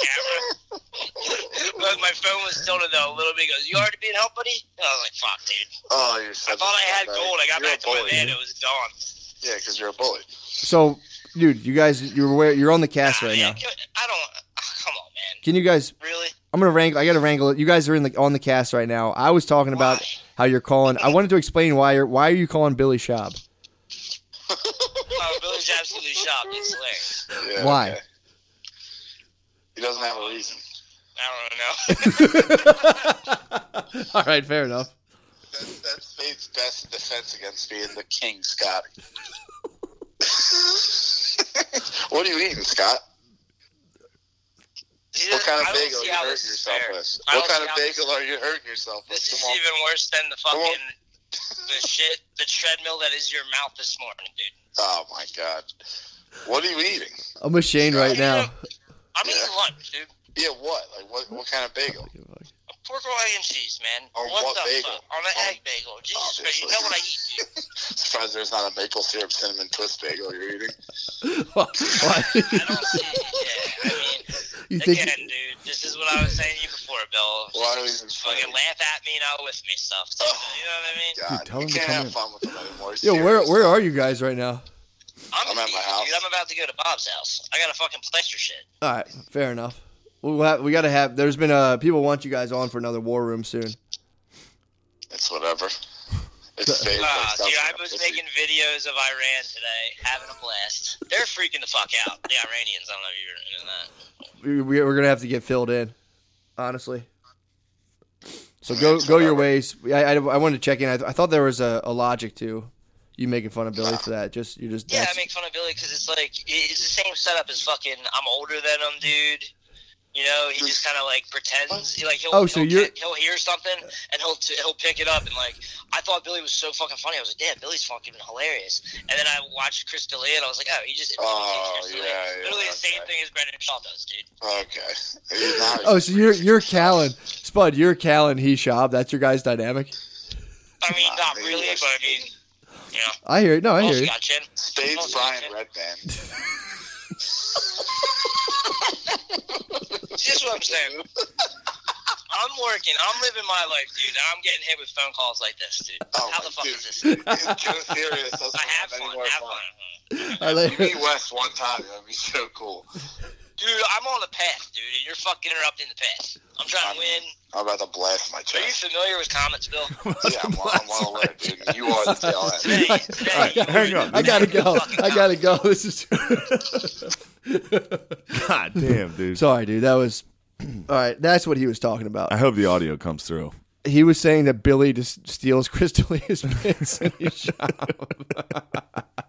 Speaker 3: camera. but my phone was tilted though a little bit. He goes, "You already being helped, buddy?" And I was like, "Fuck, dude."
Speaker 4: Oh, you're such
Speaker 3: I thought I had gold. I got
Speaker 4: you're
Speaker 3: back to my van. It was gone.
Speaker 4: Yeah, because you're a bully.
Speaker 1: So, dude, you guys you're where you're on the cast right now.
Speaker 3: Man, I don't. ah, Come on, man.
Speaker 1: Can you guys
Speaker 3: Really?
Speaker 1: I'm gonna wrangle. I gotta wrangle it. You guys are in the on the cast right now. I was talking about
Speaker 3: Why?
Speaker 1: how you're calling. I wanted to explain why you're why are you calling Billy Schaub?
Speaker 3: Oh, Billy's absolutely shocked. It's hilarious.
Speaker 4: Yeah,
Speaker 1: Why?
Speaker 4: okay. He doesn't have a reason.
Speaker 3: I don't know.
Speaker 1: All right, fair enough.
Speaker 4: That's, that's Fade's best defense against being the king, Scotty. what are you eating, Scott?
Speaker 3: He
Speaker 4: What
Speaker 3: doesn't-
Speaker 4: kind
Speaker 3: I
Speaker 4: of
Speaker 3: don't
Speaker 4: bagel are
Speaker 3: see
Speaker 4: you
Speaker 3: how
Speaker 4: hurting
Speaker 3: this is
Speaker 4: yourself
Speaker 3: fair.
Speaker 4: with?
Speaker 3: I
Speaker 4: What
Speaker 3: don't
Speaker 4: kind
Speaker 3: see
Speaker 4: of
Speaker 3: how this-
Speaker 4: bagel are you hurting yourself with?
Speaker 3: This is
Speaker 4: Come on.
Speaker 3: even worse than the
Speaker 4: on.
Speaker 3: fucking the shit, the treadmill that is your mouth this morning, dude.
Speaker 4: Oh my god. What are you eating?
Speaker 1: I'm with Shane right now.
Speaker 3: I'm eating
Speaker 4: Yeah.
Speaker 3: lunch, dude.
Speaker 4: Yeah, what? Like what what kind of bagel?
Speaker 3: Pork roll, egg, and cheese, man.
Speaker 4: On
Speaker 3: what
Speaker 4: what
Speaker 3: the
Speaker 4: bagel? Um,
Speaker 3: fuck? On an
Speaker 4: On-
Speaker 3: egg bagel. Jesus Christ, you know what I eat, dude.
Speaker 4: Surprised there's not a maple syrup cinnamon twist bagel you're eating.
Speaker 3: I don't see Yeah, I mean,
Speaker 1: you think?
Speaker 3: again, dude, this is what I was saying to you before, Bill.
Speaker 4: Why are we even
Speaker 3: Fucking
Speaker 4: fighting?
Speaker 3: laugh at me, not with me stuff. So,
Speaker 4: Oh,
Speaker 3: you know what I mean?
Speaker 4: God,
Speaker 2: Dude, tell him
Speaker 4: you
Speaker 2: to
Speaker 4: can't
Speaker 2: come
Speaker 4: have
Speaker 2: in.
Speaker 4: fun with them anymore.
Speaker 1: Yo, where where are you guys right now?
Speaker 3: I'm,
Speaker 4: I'm at my house.
Speaker 3: Dude, I'm about to go to Bob's house. I gotta fucking place your shit.
Speaker 1: All right, fair enough. We'll have, we gotta have. There's been uh people want you guys on for another war room soon.
Speaker 4: It's whatever. It's fake.
Speaker 3: Ah, dude, I was making videos of Iran today, having a blast. They're freaking the fuck out, the Iranians. I don't know if you're into that.
Speaker 1: We, we, we're gonna have to get filled in, honestly. So go go your ways. I, I, I wanted to check in. I, I thought there was a, a logic to you making fun of Billy for that. Just you just
Speaker 3: Yeah,
Speaker 1: that's-
Speaker 3: I make fun of Billy because it's like it- it's the same setup as fucking. I'm older than him, dude. You know, he just kind of like pretends. he, Like he'll
Speaker 1: Oh, so
Speaker 3: he'll,
Speaker 1: you're-
Speaker 3: he'll hear something and he'll t- he'll pick it up and like I thought Billy was so fucking funny. I was like, damn, Billy's fucking hilarious. And then I watched Chris D'Elia and I was like, oh, he just
Speaker 4: Oh,
Speaker 3: Chris
Speaker 4: yeah,
Speaker 3: D'Elia.
Speaker 4: yeah,
Speaker 3: literally the same
Speaker 4: okay.
Speaker 3: thing as Brendan Shaw does, dude.
Speaker 4: Okay. Now
Speaker 1: Oh, so you're you're Callan, Spud. You're Callan. He Shab. That's your guys' dynamic.
Speaker 3: I mean,
Speaker 4: Nah,
Speaker 3: not
Speaker 4: maybe
Speaker 3: really,
Speaker 4: that's-
Speaker 3: but I mean, oh, you know,
Speaker 1: I hear. it.
Speaker 2: Oh,
Speaker 1: No, I
Speaker 3: also
Speaker 1: hear. You.
Speaker 3: got chin. Oh,
Speaker 4: Spades Brian Redman.
Speaker 3: Just what I'm saying. I'm working. I'm living my life, dude. And I'm getting hit with phone calls like this, dude.
Speaker 4: Oh,
Speaker 3: How
Speaker 4: my
Speaker 3: the fuck
Speaker 4: dude.
Speaker 3: is this?
Speaker 4: It's too serious. Doesn't
Speaker 3: I have
Speaker 4: any
Speaker 3: fun.
Speaker 4: more
Speaker 3: Have
Speaker 4: fun.
Speaker 3: fun.
Speaker 1: I like.
Speaker 4: You meet Wes one time. That'd be so cool.
Speaker 3: Dude, I'm on the path, dude, and you're fucking interrupting the path. I'm trying to win.
Speaker 4: I'm about to blast my
Speaker 3: Are you
Speaker 4: chest.
Speaker 3: familiar with comments, Bill?
Speaker 4: Yeah, I'm, well- I'm well aware, dude. You are the tail end.
Speaker 3: Today, today.
Speaker 2: All right, hang on.
Speaker 1: I gotta go. I gotta go. This is
Speaker 2: God damn, dude.
Speaker 1: sorry, dude. That was all right. That's what he was talking about.
Speaker 2: I hope the audio comes through.
Speaker 1: He was saying that Billy just steals Crystalia's pants and he shot him.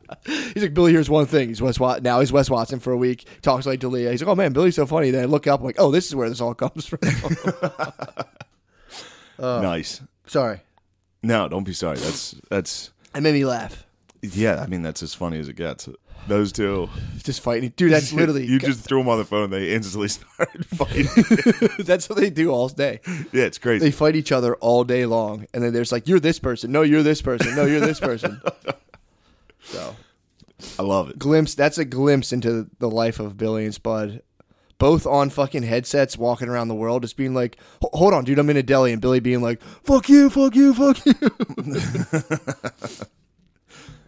Speaker 1: He's like, Billy, here's one thing. He's Wes Wat- now he's Wes Watson for a week. Talks like Delia. He's like, oh man, Billy's so funny. Then I look up, I'm like, oh, this is where this all comes from. Uh.
Speaker 2: nice.
Speaker 1: sorry,
Speaker 2: No, don't be sorry. That's that's
Speaker 1: it made me laugh.
Speaker 2: yeah. I mean, that's as funny as it gets. Those two,
Speaker 1: Just fighting, dude. That's literally
Speaker 2: you just threw them on the phone. and They instantly started fighting.
Speaker 1: that's what they do all day.
Speaker 2: yeah, it's
Speaker 1: They
Speaker 2: crazy.
Speaker 1: fight each other all day long, and then there's like, you're this person. No, you're this person. No, you're this person. so
Speaker 2: I love it.
Speaker 1: glimpse. That's a glimpse into the life of Billy and Spud, both on fucking headsets, walking around the world, just being like, "Ho- "Hold on, dude, I'm in a deli," and Billy being like, "Fuck you, fuck you, fuck you."
Speaker 2: It's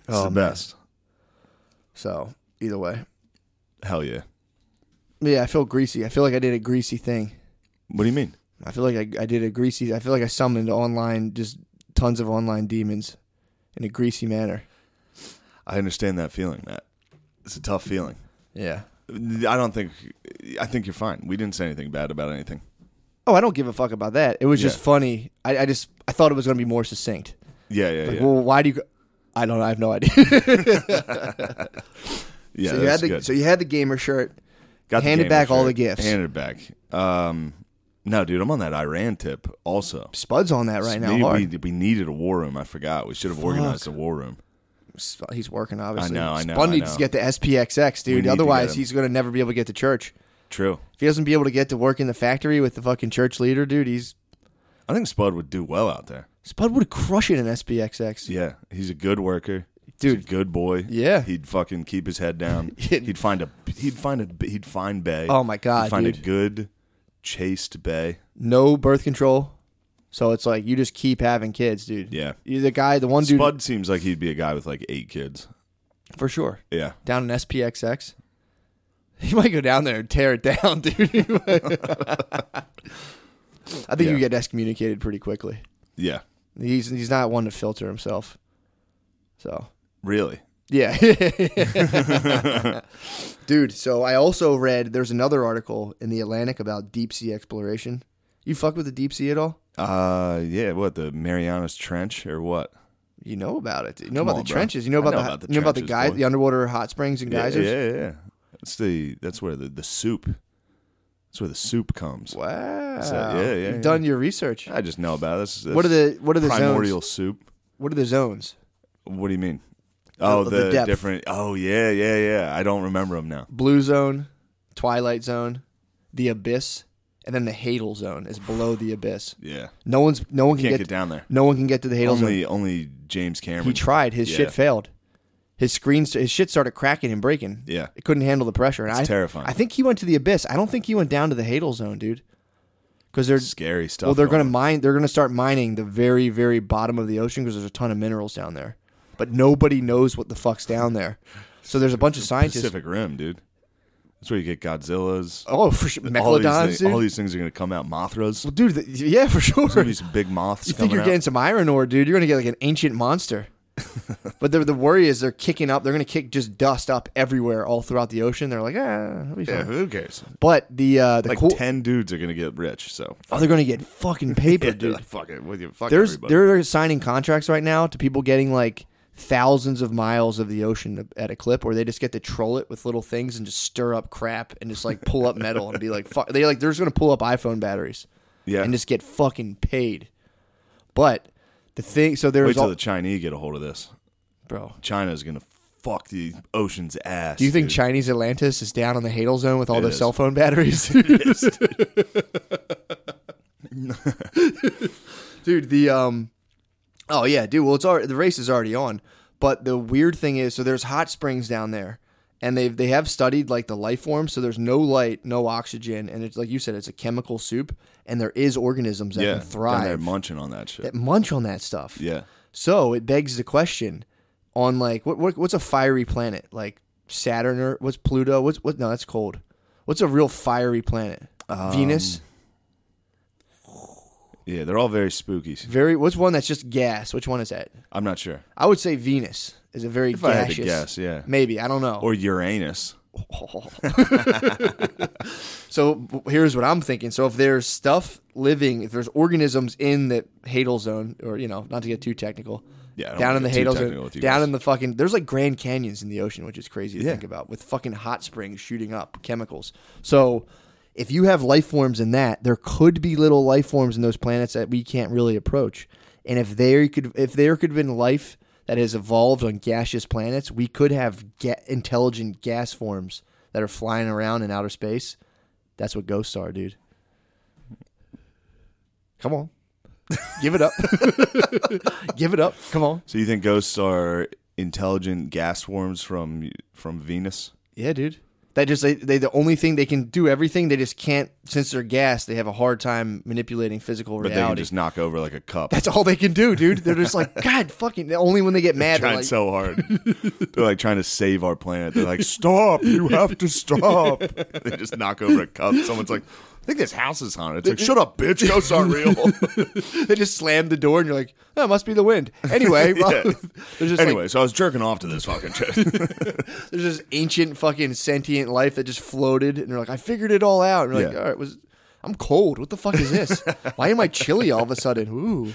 Speaker 2: the best.
Speaker 1: Oh, So either way,
Speaker 2: Hell yeah.
Speaker 1: Yeah, I feel greasy. I feel like I did a greasy thing.
Speaker 2: What do you mean?
Speaker 1: I feel like I, I did a greasy. I feel like I summoned online just tons of online demons in a greasy manner.
Speaker 2: I understand that feeling, Matt. It's a tough feeling.
Speaker 1: Yeah.
Speaker 2: I don't think. I think you're fine. We didn't say anything bad about anything.
Speaker 1: Oh, I don't give a fuck about that. It was just
Speaker 2: Yeah.
Speaker 1: funny. I, I just I thought it was gonna be more succinct.
Speaker 2: Yeah, yeah,
Speaker 1: Like,
Speaker 2: yeah.
Speaker 1: well, why do you? I don't. know. I have no idea.
Speaker 2: yeah,
Speaker 1: so you had
Speaker 2: that's
Speaker 1: the
Speaker 2: good.
Speaker 1: so you had the gamer shirt.
Speaker 2: Got
Speaker 1: handed
Speaker 2: gamer
Speaker 1: back all
Speaker 2: shirt.
Speaker 1: the gifts.
Speaker 2: Handed it back. Um, no, dude, I'm on that Iran tip also.
Speaker 1: Spuds on that right now.
Speaker 2: we,
Speaker 1: hard.
Speaker 2: we, we needed a war room. I forgot. We should have organized a war room.
Speaker 1: Sp- he's working obviously.
Speaker 2: I know, I know,
Speaker 1: Spud
Speaker 2: I
Speaker 1: needs
Speaker 2: know.
Speaker 1: to get the SPXX,
Speaker 2: We need
Speaker 1: dude.
Speaker 2: to get
Speaker 1: Otherwise,
Speaker 2: him.
Speaker 1: he's gonna never be able to get to church.
Speaker 2: True.
Speaker 1: If he doesn't be able to get to work in the factory with the fucking church leader, dude, he's
Speaker 2: I think Spud would do well out there.
Speaker 1: Spud would crush it in SPXX.
Speaker 2: Yeah, he's a good worker. He's
Speaker 1: Dude.
Speaker 2: a good boy.
Speaker 1: Yeah.
Speaker 2: he'd fucking keep his head down.
Speaker 1: He'd-
Speaker 2: he'd find a he'd find a he'd find bay.
Speaker 1: Oh my God,
Speaker 2: he'd find a
Speaker 1: dude.
Speaker 2: good chaste bay.
Speaker 1: No birth control, so it's like you just keep having kids, dude.
Speaker 2: Yeah.
Speaker 1: You're the guy, the one dude
Speaker 2: Spud seems like he'd be a guy with like eight kids.
Speaker 1: for sure.
Speaker 2: Yeah,
Speaker 1: Down in SPXX, he might go down there and tear it down, dude. He might- I think
Speaker 2: Yeah.
Speaker 1: you get excommunicated pretty quickly.
Speaker 2: yeah.
Speaker 1: He's he's not one to filter himself. So
Speaker 2: Really?
Speaker 1: yeah, dude. So I also read there's another article in the Atlantic about deep sea exploration. You fuck with the deep sea at all?
Speaker 2: Uh, yeah. What the Marianas Trench or what?
Speaker 1: You know about it. Dude. You know
Speaker 2: Come
Speaker 1: about
Speaker 2: on,
Speaker 1: the
Speaker 2: bro.
Speaker 1: trenches. You know
Speaker 2: I
Speaker 1: about,
Speaker 2: know
Speaker 1: the,
Speaker 2: about the
Speaker 1: you know about the
Speaker 2: trenches,
Speaker 1: guy,
Speaker 2: boy.
Speaker 1: the underwater hot springs and
Speaker 2: Yeah,
Speaker 1: geysers.
Speaker 2: Yeah, yeah. That's the that's where the the soup. That's where the soup comes.
Speaker 1: Wow.
Speaker 2: So, yeah, yeah,
Speaker 1: You've
Speaker 2: yeah.
Speaker 1: done your research.
Speaker 2: I just know about it. That's, that's
Speaker 1: what are the what are the
Speaker 2: primordial
Speaker 1: zones?
Speaker 2: soup?
Speaker 1: What are the zones?
Speaker 2: What do you mean? Oh,
Speaker 1: the
Speaker 2: the,
Speaker 1: depth.
Speaker 2: different. Oh, yeah, yeah, yeah. I don't remember them now.
Speaker 1: Blue zone, twilight zone, the abyss, and then the hadal zone is below the abyss.
Speaker 2: Yeah,
Speaker 1: No one's no one can
Speaker 2: can't
Speaker 1: get,
Speaker 2: get down there.
Speaker 1: No one can get to the hadal zone.
Speaker 2: Only only James Cameron.
Speaker 1: He tried. His
Speaker 2: Yeah.
Speaker 1: shit failed. His screen, his shit started cracking and breaking.
Speaker 2: Yeah.
Speaker 1: it couldn't handle the pressure. And
Speaker 2: It's
Speaker 1: I,
Speaker 2: terrifying.
Speaker 1: I think he went to the abyss. I don't think he went down to the hadal zone, dude. Because they're
Speaker 2: Scary stuff.
Speaker 1: well, they're
Speaker 2: going
Speaker 1: going to mine. They're going to start mining the very, very bottom of the ocean because there's a ton of minerals down there. But nobody knows what the fuck's down there. So there's a bunch of scientists.
Speaker 2: Pacific Rim, dude. That's where you get Godzilla's.
Speaker 1: Oh, for sure,
Speaker 2: all these,
Speaker 1: megalodons,
Speaker 2: things-
Speaker 1: dude.
Speaker 2: all these things are going to come out. Mothras.
Speaker 1: well, dude, th- yeah, for sure.
Speaker 2: There'll be some big moths
Speaker 1: You think
Speaker 2: coming
Speaker 1: you're
Speaker 2: out.
Speaker 1: getting some iron ore, dude? You're gonna get like an ancient monster. but the, the worry is they're kicking up. They're gonna kick just dust up everywhere, all throughout the ocean. They're like, ah, it'll be fine.
Speaker 2: yeah, who cares?
Speaker 1: But the uh, the
Speaker 2: Like
Speaker 1: cool,
Speaker 2: ten dudes are going to get rich. So
Speaker 1: oh, they're gonna get fucking paper, dude.
Speaker 2: Like, fuck it. With you, fuck
Speaker 1: There's
Speaker 2: everybody.
Speaker 1: they're signing contracts right now to people getting like thousands of miles of the ocean at a clip, where they just get to troll it with little things and just stir up crap and just like pull up metal and be like, fuck. They like they're just gonna pull up iPhone batteries
Speaker 2: yeah.
Speaker 1: and just get fucking paid. But the thing, so
Speaker 2: Wait
Speaker 1: there's
Speaker 2: till
Speaker 1: all,
Speaker 2: the Chinese get a hold of this.
Speaker 1: bro.
Speaker 2: China's going to fuck the ocean's ass.
Speaker 1: Do you think
Speaker 2: dude.
Speaker 1: Chinese Atlantis is down on the Hadal Zone with all
Speaker 2: It
Speaker 1: those
Speaker 2: is.
Speaker 1: cell phone batteries? dude, the um, oh yeah, dude. Well, it's already the race is already on, but the weird thing is, so there's hot springs down there, and they they have studied like the life forms. So there's no light, no oxygen, and it's like you said, it's a chemical soup, and there is organisms that
Speaker 2: yeah,
Speaker 1: can
Speaker 2: Down there
Speaker 1: thrive
Speaker 2: munching on that shit.
Speaker 1: that munch on that stuff.
Speaker 2: yeah.
Speaker 1: So it begs the question on like what, what what's a fiery planet like Saturn or what's Pluto? What's what? No, that's cold. What's a real fiery planet?
Speaker 2: Um,
Speaker 1: Venus.
Speaker 2: Yeah, they're all very spooky.
Speaker 1: Very. What's one that's just gas? Which one is that?
Speaker 2: I'm not sure.
Speaker 1: I would say Venus is a very
Speaker 2: If I had to
Speaker 1: gaseous.
Speaker 2: guess, yeah.
Speaker 1: Maybe I don't know.
Speaker 2: Or Uranus.
Speaker 1: so w- here's what I'm thinking. So if there's stuff living, if there's organisms in the Hadal zone, or you know, not to get too technical,
Speaker 2: Yeah, I don't
Speaker 1: down in
Speaker 2: wanna
Speaker 1: the
Speaker 2: get too
Speaker 1: Hadal
Speaker 2: technical
Speaker 1: zone,
Speaker 2: with you
Speaker 1: down
Speaker 2: guys.
Speaker 1: in the fucking, there's like Grand Canyons in the ocean, which is crazy to
Speaker 2: Yeah.
Speaker 1: think about, with fucking hot springs shooting up chemicals. So if you have life forms in that, there could be little life forms in those planets that we can't really approach. And if there could, if there could have been life that has evolved on gaseous planets, we could have ga- intelligent gas forms that are flying around in outer space. That's what ghosts are, dude. Come on. Give it up. Give it up. Come on.
Speaker 2: So you think ghosts are intelligent gas worms from from Venus?
Speaker 1: Yeah, dude. that just they, they the only thing they can do everything they just can't since they're gas they have a hard time manipulating physical
Speaker 2: But they can
Speaker 1: reality.
Speaker 2: just knock over like a cup.
Speaker 1: That's all they can do, dude. They're just like God fucking. Only when they get mad, they're
Speaker 2: trying
Speaker 1: like,
Speaker 2: so hard. They're like trying to save our planet. They're like, stop! You have to stop. They just knock over a cup. Someone's like, I think this house is haunted. It's like, shut up, bitch. Ghosts aren't real.
Speaker 1: they just slam the door, and you're like, oh, it must be the wind. Anyway,
Speaker 2: Yeah.
Speaker 1: there's just
Speaker 2: anyway, so I was jerking off to this fucking chick.
Speaker 1: like there's this ancient fucking sentient life that just floated, and they're like, I figured it all out. And you're like,
Speaker 2: Yeah.
Speaker 1: all right, was I'm cold. What the fuck is this? Why am I chilly all of a sudden? Ooh,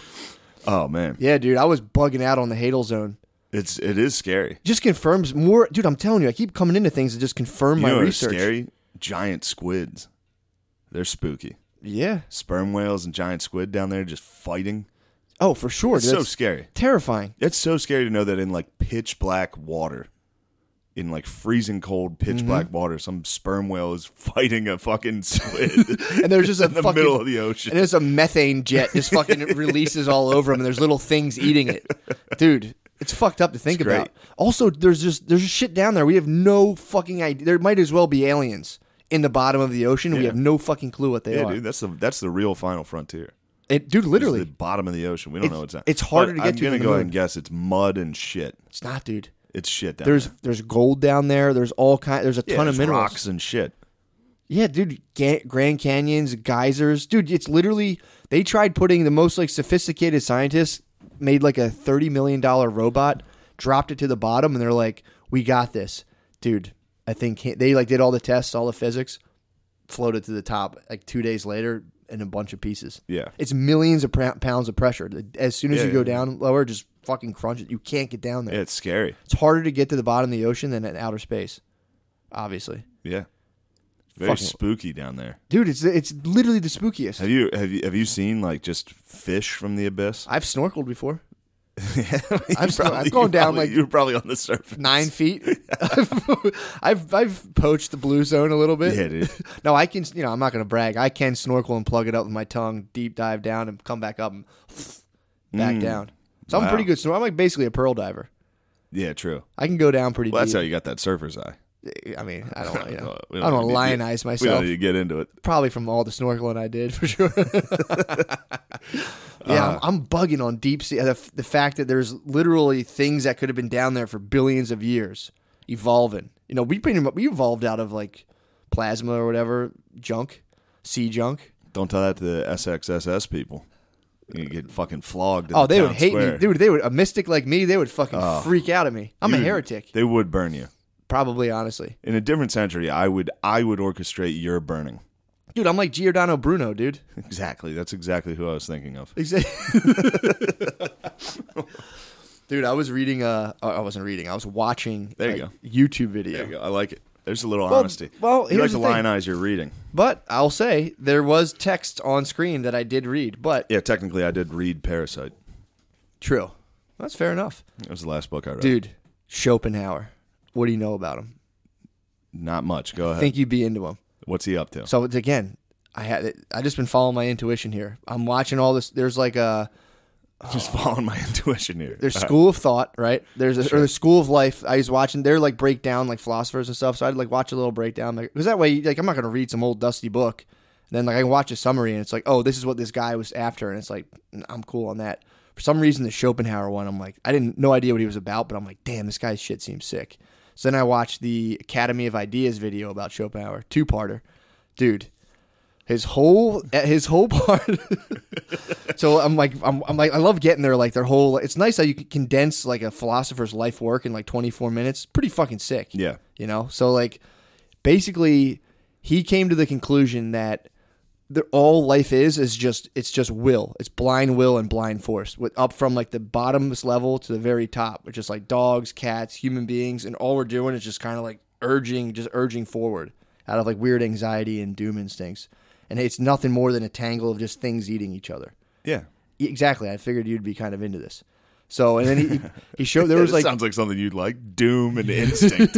Speaker 2: oh man,
Speaker 1: yeah, dude. I was bugging out on the Hadal zone.
Speaker 2: it's it is scary.
Speaker 1: Just confirms more, dude. I'm telling you, I keep coming into things that just confirm
Speaker 2: You
Speaker 1: my
Speaker 2: know what's
Speaker 1: research.
Speaker 2: scary? Giant squids. They're spooky.
Speaker 1: Yeah.
Speaker 2: Sperm whales and giant squid down there just fighting.
Speaker 1: Oh, for sure.
Speaker 2: It's
Speaker 1: dude.
Speaker 2: so
Speaker 1: That's
Speaker 2: scary.
Speaker 1: terrifying.
Speaker 2: It's so scary to know that in like pitch black water, in like freezing cold pitch
Speaker 1: Mm-hmm.
Speaker 2: black water, some sperm whale is fighting a fucking squid
Speaker 1: And there's just a
Speaker 2: in the
Speaker 1: fucking
Speaker 2: middle of the ocean.
Speaker 1: and there's a methane jet just fucking releases all over him and there's little things eating it dude it's fucked up to think
Speaker 2: great.
Speaker 1: about also there's just there's just shit down there we have no fucking idea there might as well be aliens in the bottom of the ocean and we
Speaker 2: Yeah.
Speaker 1: have no fucking clue what they
Speaker 2: yeah,
Speaker 1: are
Speaker 2: dude, that's the that's the real final frontier.
Speaker 1: It- dude
Speaker 2: It's
Speaker 1: literally
Speaker 2: the bottom of the ocean. We don't
Speaker 1: It's-
Speaker 2: know what's at.
Speaker 1: it's harder
Speaker 2: But
Speaker 1: to get
Speaker 2: I'm
Speaker 1: to
Speaker 2: gonna
Speaker 1: than the
Speaker 2: go ahead
Speaker 1: moon.
Speaker 2: and guess it's mud and shit.
Speaker 1: it's not dude
Speaker 2: It's shit down
Speaker 1: there's
Speaker 2: there.
Speaker 1: there's gold down there there's all kind there's a
Speaker 2: Yeah,
Speaker 1: ton
Speaker 2: there's
Speaker 1: of minerals
Speaker 2: rocks and shit.
Speaker 1: Yeah, dude, Ga- Grand Canyons, geysers, dude. It's literally they tried putting the most like sophisticated scientists made like a thirty million dollar robot, dropped it to the bottom, and they're like, "We got this, dude." I think he- they like did all the tests, all the physics, floated to the top like two days later in a bunch of pieces.
Speaker 2: Yeah.
Speaker 1: it's millions of pr- pounds of pressure. As soon as
Speaker 2: Yeah,
Speaker 1: you go
Speaker 2: yeah.
Speaker 1: down lower, just fucking crunch it. You can't get down there.
Speaker 2: Yeah, it's scary.
Speaker 1: It's harder to get to the bottom of the ocean than in outer space, obviously.
Speaker 2: Yeah. Very
Speaker 1: Fucking-
Speaker 2: spooky down there.
Speaker 1: Dude, it's it's literally the spookiest.
Speaker 2: Have you have you have you seen like just fish from the abyss?
Speaker 1: I've snorkeled before.
Speaker 2: You
Speaker 1: still-
Speaker 2: probably-
Speaker 1: I've gone
Speaker 2: you
Speaker 1: down,
Speaker 2: probably-
Speaker 1: like,
Speaker 2: you were probably on the surface.
Speaker 1: Nine feet. I've I've poached the blue zone a little bit.
Speaker 2: Yeah, dude.
Speaker 1: No, I can. You know, I'm not gonna brag. I can snorkel and plug it up with my tongue, deep dive down, and come back up and back down. So I'm
Speaker 2: Mm. Wow.
Speaker 1: pretty good snorkel. I'm like basically a pearl diver.
Speaker 2: Yeah, true.
Speaker 1: I can go down pretty
Speaker 2: Well, that's how
Speaker 1: deep.
Speaker 2: you got that surfer's eye.
Speaker 1: I mean, I don't. You know,
Speaker 2: We
Speaker 1: I don't
Speaker 2: need to-
Speaker 1: lionize
Speaker 2: We
Speaker 1: myself.
Speaker 2: don't need to get into it.
Speaker 1: Probably from all the snorkeling I did, for sure. yeah, I'm, I'm bugging on deep sea. The, f- the fact that there's literally things that could have been down there for billions of years evolving. You know, we pretty much, we evolved out of like plasma or whatever junk, sea junk.
Speaker 2: Don't tell that to the SXSS people. You get fucking flogged. in
Speaker 1: Oh,
Speaker 2: the
Speaker 1: they would
Speaker 2: town
Speaker 1: hate
Speaker 2: square.
Speaker 1: me, dude. They would a mystic like me. They would fucking freak out at me. I'm a
Speaker 2: You-
Speaker 1: heretic,
Speaker 2: They would burn you.
Speaker 1: probably. Honestly,
Speaker 2: In a different century, I would I would orchestrate your burning.
Speaker 1: dude, I'm like Giordano Bruno, dude.
Speaker 2: Exactly. That's exactly who I was thinking of.
Speaker 1: Exactly. Dude, I was reading. Uh, oh, I wasn't reading. I was watching.
Speaker 2: There
Speaker 1: a
Speaker 2: you
Speaker 1: YouTube video.
Speaker 2: There you go. I like it. There's a little
Speaker 1: Well-
Speaker 2: honesty.
Speaker 1: well,
Speaker 2: you like
Speaker 1: here's
Speaker 2: to
Speaker 1: the thing.
Speaker 2: lionize your reading.
Speaker 1: But I'll say there was text on screen that I did read. But
Speaker 2: Yeah, technically, I did read Parasite.
Speaker 1: true, that's fair enough.
Speaker 2: That was the last book I read.
Speaker 1: Dude, Schopenhauer. What do you know about him?
Speaker 2: not much. Go ahead.
Speaker 1: Think you'd be into him.
Speaker 2: What's he up to?
Speaker 1: So it's again, I had I just been following my intuition here. I'm watching all this. There's like a
Speaker 2: Just following my intuition here. Uh,
Speaker 1: there's school of thought, right? There's a, or the school of life. I was watching. They're like breakdown, like philosophers and stuff. So I'd like watch a little breakdown, like because that way, like I'm not gonna read some old dusty book. And then like I can watch a summary, and it's like, oh, this is what this guy was after, and it's like n- I'm cool on that. For some reason, the Schopenhauer one, I'm like, I didn't no idea what he was about, but I'm like, damn, this guy's shit seems sick. So then I watched the Academy of Ideas video about Schopenhauer, two parter, dude. His whole his whole part. so I'm like I'm, I'm like I love getting their like their whole. It's nice how you can condense like a philosopher's life work in like 24 minutes. Pretty fucking sick.
Speaker 2: Yeah.
Speaker 1: You know. So like, basically, he came to the conclusion that the, all life is is just it's just will. It's blind will and blind force. With up from like the bottomless level to the very top, which is like dogs, cats, human beings, and all we're doing is just kind of like urging, just urging forward out of like weird anxiety and doom instincts. And it's nothing more than a tangle of just things eating each other.
Speaker 2: yeah.
Speaker 1: Yeah, Exactly. I figured you'd be kind of into this. So and then he he showed there was
Speaker 2: This
Speaker 1: like
Speaker 2: sounds like something you'd like. Doom and instinct.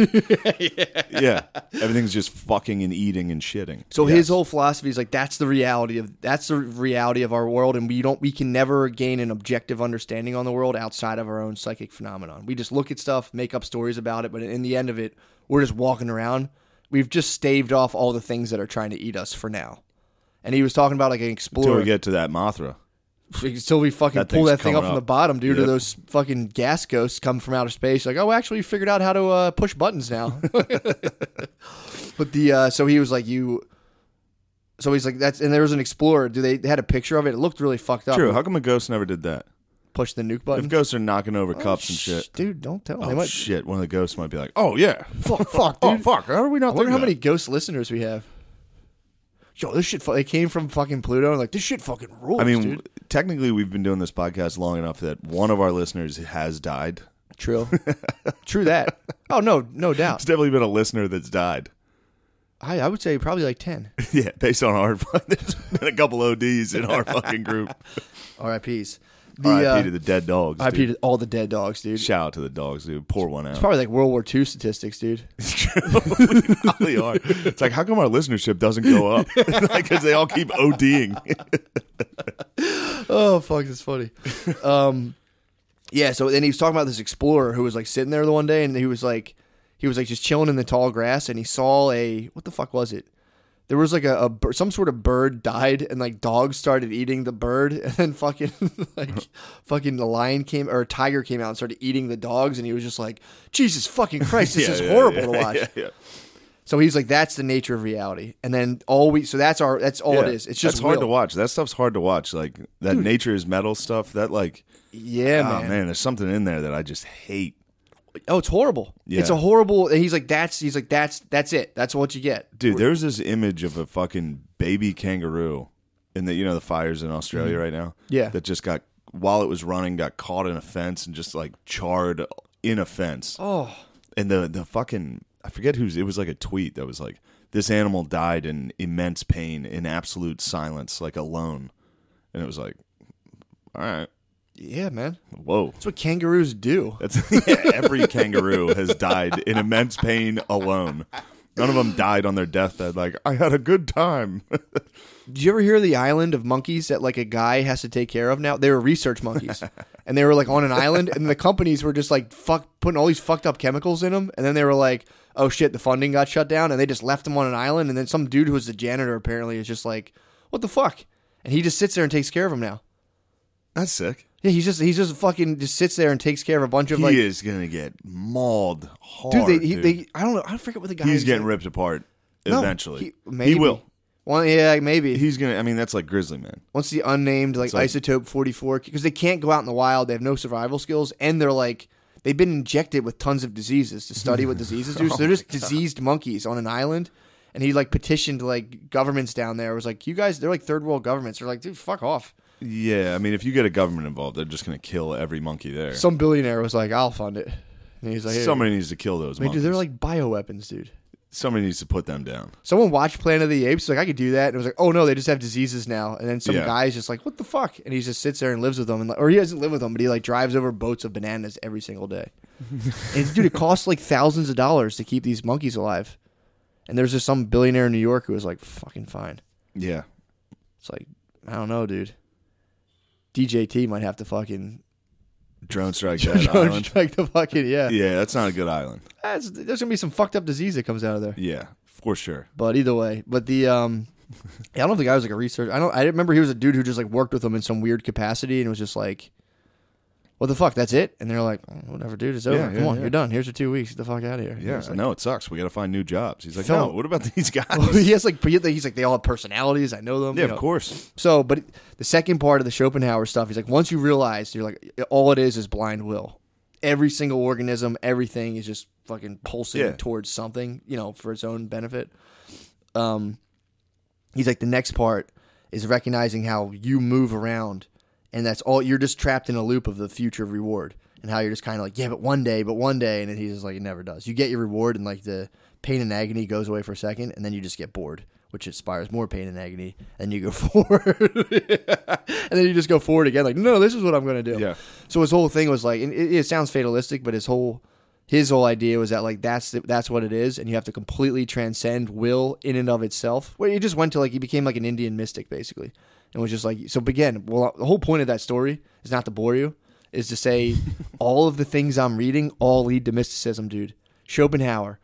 Speaker 2: yeah. Everything's just fucking and eating and shitting.
Speaker 1: So his whole philosophy is like that's the reality of that's the reality of our world, and we don't we can never gain an objective understanding on the world outside of our own psychic phenomenon. We just look at stuff, make up stories about it, but in the end of it, we're just walking around we've just staved off all the things that are trying to eat us for now. And he was talking about like an
Speaker 2: Until we
Speaker 1: explorer
Speaker 2: get to that Mothra.
Speaker 1: until we fucking
Speaker 2: That
Speaker 1: pull
Speaker 2: thing's
Speaker 1: that thing up
Speaker 2: coming
Speaker 1: from the
Speaker 2: up.
Speaker 1: bottom, dude, or
Speaker 2: Yep.
Speaker 1: those fucking gas ghosts come from outer space. Like, oh, actually, we figured out how to uh, push buttons now. but the uh, so he was like, you. So he's like, that's and there was an explorer. Do they, they had a picture of it? It looked really fucked up.
Speaker 2: True. How come a ghost never did that?
Speaker 1: Push the nuke
Speaker 2: If
Speaker 1: button.
Speaker 2: ghosts are knocking over cups and
Speaker 1: Shh,
Speaker 2: shit.
Speaker 1: dude. Don't tell. them.
Speaker 2: Oh
Speaker 1: Oh, they might,
Speaker 2: shit! One of the ghosts might be like, "Oh yeah,
Speaker 1: Fuck, fuck,
Speaker 2: oh
Speaker 1: dude.
Speaker 2: fuck, how are
Speaker 1: I
Speaker 2: we not?"
Speaker 1: wonder how
Speaker 2: thinking
Speaker 1: many
Speaker 2: that?
Speaker 1: ghost listeners we have. Yo, this shit. fu- They came from fucking Pluto, and like this shit fucking rules.
Speaker 2: I mean,
Speaker 1: dude.
Speaker 2: technically, we've been doing this podcast long enough that one of our listeners has died.
Speaker 1: true, true that. Oh no, no doubt.
Speaker 2: It's definitely been a listener that's died.
Speaker 1: I, I would say probably like ten.
Speaker 2: yeah, based on our there's been a couple ODs in our fucking group.
Speaker 1: R.I.P.s. The,
Speaker 2: RIP
Speaker 1: uh,
Speaker 2: to the dead dogs.
Speaker 1: R.I.P.
Speaker 2: dude.
Speaker 1: to all the dead dogs, dude.
Speaker 2: Shout out to the dogs, dude. Pour one out.
Speaker 1: Probably like World War II statistics, dude.
Speaker 2: They probably are. It's like, how come our listenership doesn't go up? Because they all keep ODing.
Speaker 1: oh fuck, that's funny. Um, yeah. So then he was talking about this explorer who was like sitting there the one day, and he was like, he was like just chilling in the tall grass, and he saw a what the fuck was it? There was like a, a bir- some sort of bird died, and like dogs started eating the bird, and then fucking like fucking the lion came or a tiger came out and started eating the dogs, and he was just like, Jesus fucking Christ, this
Speaker 2: Yeah,
Speaker 1: is
Speaker 2: yeah,
Speaker 1: horrible
Speaker 2: yeah,
Speaker 1: to watch.
Speaker 2: yeah, yeah.
Speaker 1: So he's like, that's the nature of reality, and then all we so that's our that's all it
Speaker 2: Yeah.
Speaker 1: is. It's just
Speaker 2: That's hard
Speaker 1: real.
Speaker 2: to watch. That stuff's hard to watch. Like that nature is metal stuff. That like,
Speaker 1: Yeah,
Speaker 2: oh man, there's something in there that I just hate.
Speaker 1: Oh, it's horrible.
Speaker 2: Yeah.
Speaker 1: It's a horrible. And he's like, that's. He's like, that's. That's it. That's what you get.
Speaker 2: Dude, there's this image of a fucking baby kangaroo in the you know the fires in Australia right now.
Speaker 1: Mm-hmm. Yeah.
Speaker 2: That just got while it was running, got caught in a fence and just like charred in a fence.
Speaker 1: Oh,
Speaker 2: And the the fucking I forget who's it was like a tweet that was like this animal died in immense pain in absolute silence, like alone. And it was like all right.
Speaker 1: yeah, man.
Speaker 2: Whoa.
Speaker 1: That's what kangaroos do.
Speaker 2: That's yeah, every kangaroo has died in immense pain alone. None of them died on their deathbed like I had a good time.
Speaker 1: Did you ever hear the island of monkeys that like a guy has to take care of now? They were research monkeys, and they were like on an island, and the companies were just like fuck putting all these fucked up chemicals in them, and then they were like, oh shit, the funding got shut down, and they just left them on an island, and then some dude who was the janitor apparently is just like, what the fuck, and he just sits there and takes care of them now.
Speaker 2: That's sick.
Speaker 1: Yeah, he's just he's just fucking just sits there and takes care of a bunch of
Speaker 2: He
Speaker 1: like
Speaker 2: is gonna get mauled hard.
Speaker 1: dude, they, he,
Speaker 2: dude.
Speaker 1: they I don't know I forget what the guy
Speaker 2: he's
Speaker 1: is.
Speaker 2: getting ripped apart
Speaker 1: No,
Speaker 2: eventually.
Speaker 1: he, maybe.
Speaker 2: will.
Speaker 1: Well, yeah, maybe
Speaker 2: He's gonna. I mean, that's like Grizzly Man.
Speaker 1: once the unnamed like,
Speaker 2: like-
Speaker 1: isotope forty four because they can't go out in the wild. They have no survival skills, and they're like they've been injected with tons of diseases to study what diseases do. So they're
Speaker 2: Oh
Speaker 1: just diseased monkeys on an island. And he like petitioned like governments down there. Was like, you guys, they're like third world governments. They're like, dude, fuck off.
Speaker 2: Yeah, I mean, if you get a government involved, they're just gonna kill every monkey there.
Speaker 1: Some billionaire was like, I'll fund it. And he's like, hey,
Speaker 2: Somebody needs to kill
Speaker 1: I
Speaker 2: those
Speaker 1: mean,
Speaker 2: monkeys.
Speaker 1: dude, they're like bioweapons, dude.
Speaker 2: Somebody needs to put them down.
Speaker 1: Someone watched Planet of the Apes, like I could do that, and it was like, oh no, they just have diseases now. And then some
Speaker 2: Yeah.
Speaker 1: guy's just like, what the fuck? And he just sits there and lives with them, and like, or he doesn't live with them, but he like drives over boats of bananas every single day. and dude, it costs like thousands of dollars to keep these monkeys alive. And there's just some billionaire in New York who was like, fucking fine.
Speaker 2: Yeah,
Speaker 1: It's like, I don't know, dude. DJT might have to fucking
Speaker 2: drone strike that island.
Speaker 1: strike the fucking yeah.
Speaker 2: Yeah, that's not a good island.
Speaker 1: That's- there's gonna be some fucked up disease that comes out of there.
Speaker 2: Yeah, for sure.
Speaker 1: But either way, but the um, I don't know if the guy was like a researcher. I don't. I remember he was a dude who just like worked with them in some weird capacity and was just like, "What the fuck? That's it." And they're like, "Oh, "Whatever, dude. It's over.
Speaker 2: Yeah,
Speaker 1: Come
Speaker 2: yeah,
Speaker 1: on,
Speaker 2: yeah.
Speaker 1: you're done. Here's your two weeks. Get the fuck out of here." And he
Speaker 2: Yeah,
Speaker 1: was
Speaker 2: I
Speaker 1: like-
Speaker 2: know it sucks. We got to find new jobs. He's like,
Speaker 1: Phil- Oh,
Speaker 2: no. What about these guys?
Speaker 1: he has like he- he's like they all have personalities. I know them.
Speaker 2: yeah,
Speaker 1: you
Speaker 2: of
Speaker 1: know.
Speaker 2: course.
Speaker 1: So, but the second part of the Schopenhauer stuff, he's like, once you realize you're like, all it is is blind will. Every single organism, everything is just fucking pulsing
Speaker 2: Yeah.
Speaker 1: towards something, you know, for its own benefit. Um, he's like, the next part is recognizing how you move around, and that's all. You're just trapped in a loop of the future reward, and how you're just kind of like, yeah, but one day, but one day, and then he's just like, it never does. You get your reward, and like the pain and agony goes away for a second, and then you just get bored, which inspires more pain and agony, and you go forward, and then you just go forward again. Like, no, this is what I'm gonna do.
Speaker 2: Yeah.
Speaker 1: So his whole thing was like, and it, it sounds fatalistic, but his whole his whole idea was that like that's the, that's what it is, and you have to completely transcend will in and of itself. Well, he just went to like he became like an Indian mystic basically, and was just like so. Again, well, the whole point of that story is not to bore you, is to say all of the things I'm reading all lead to mysticism, dude. Schopenhauer.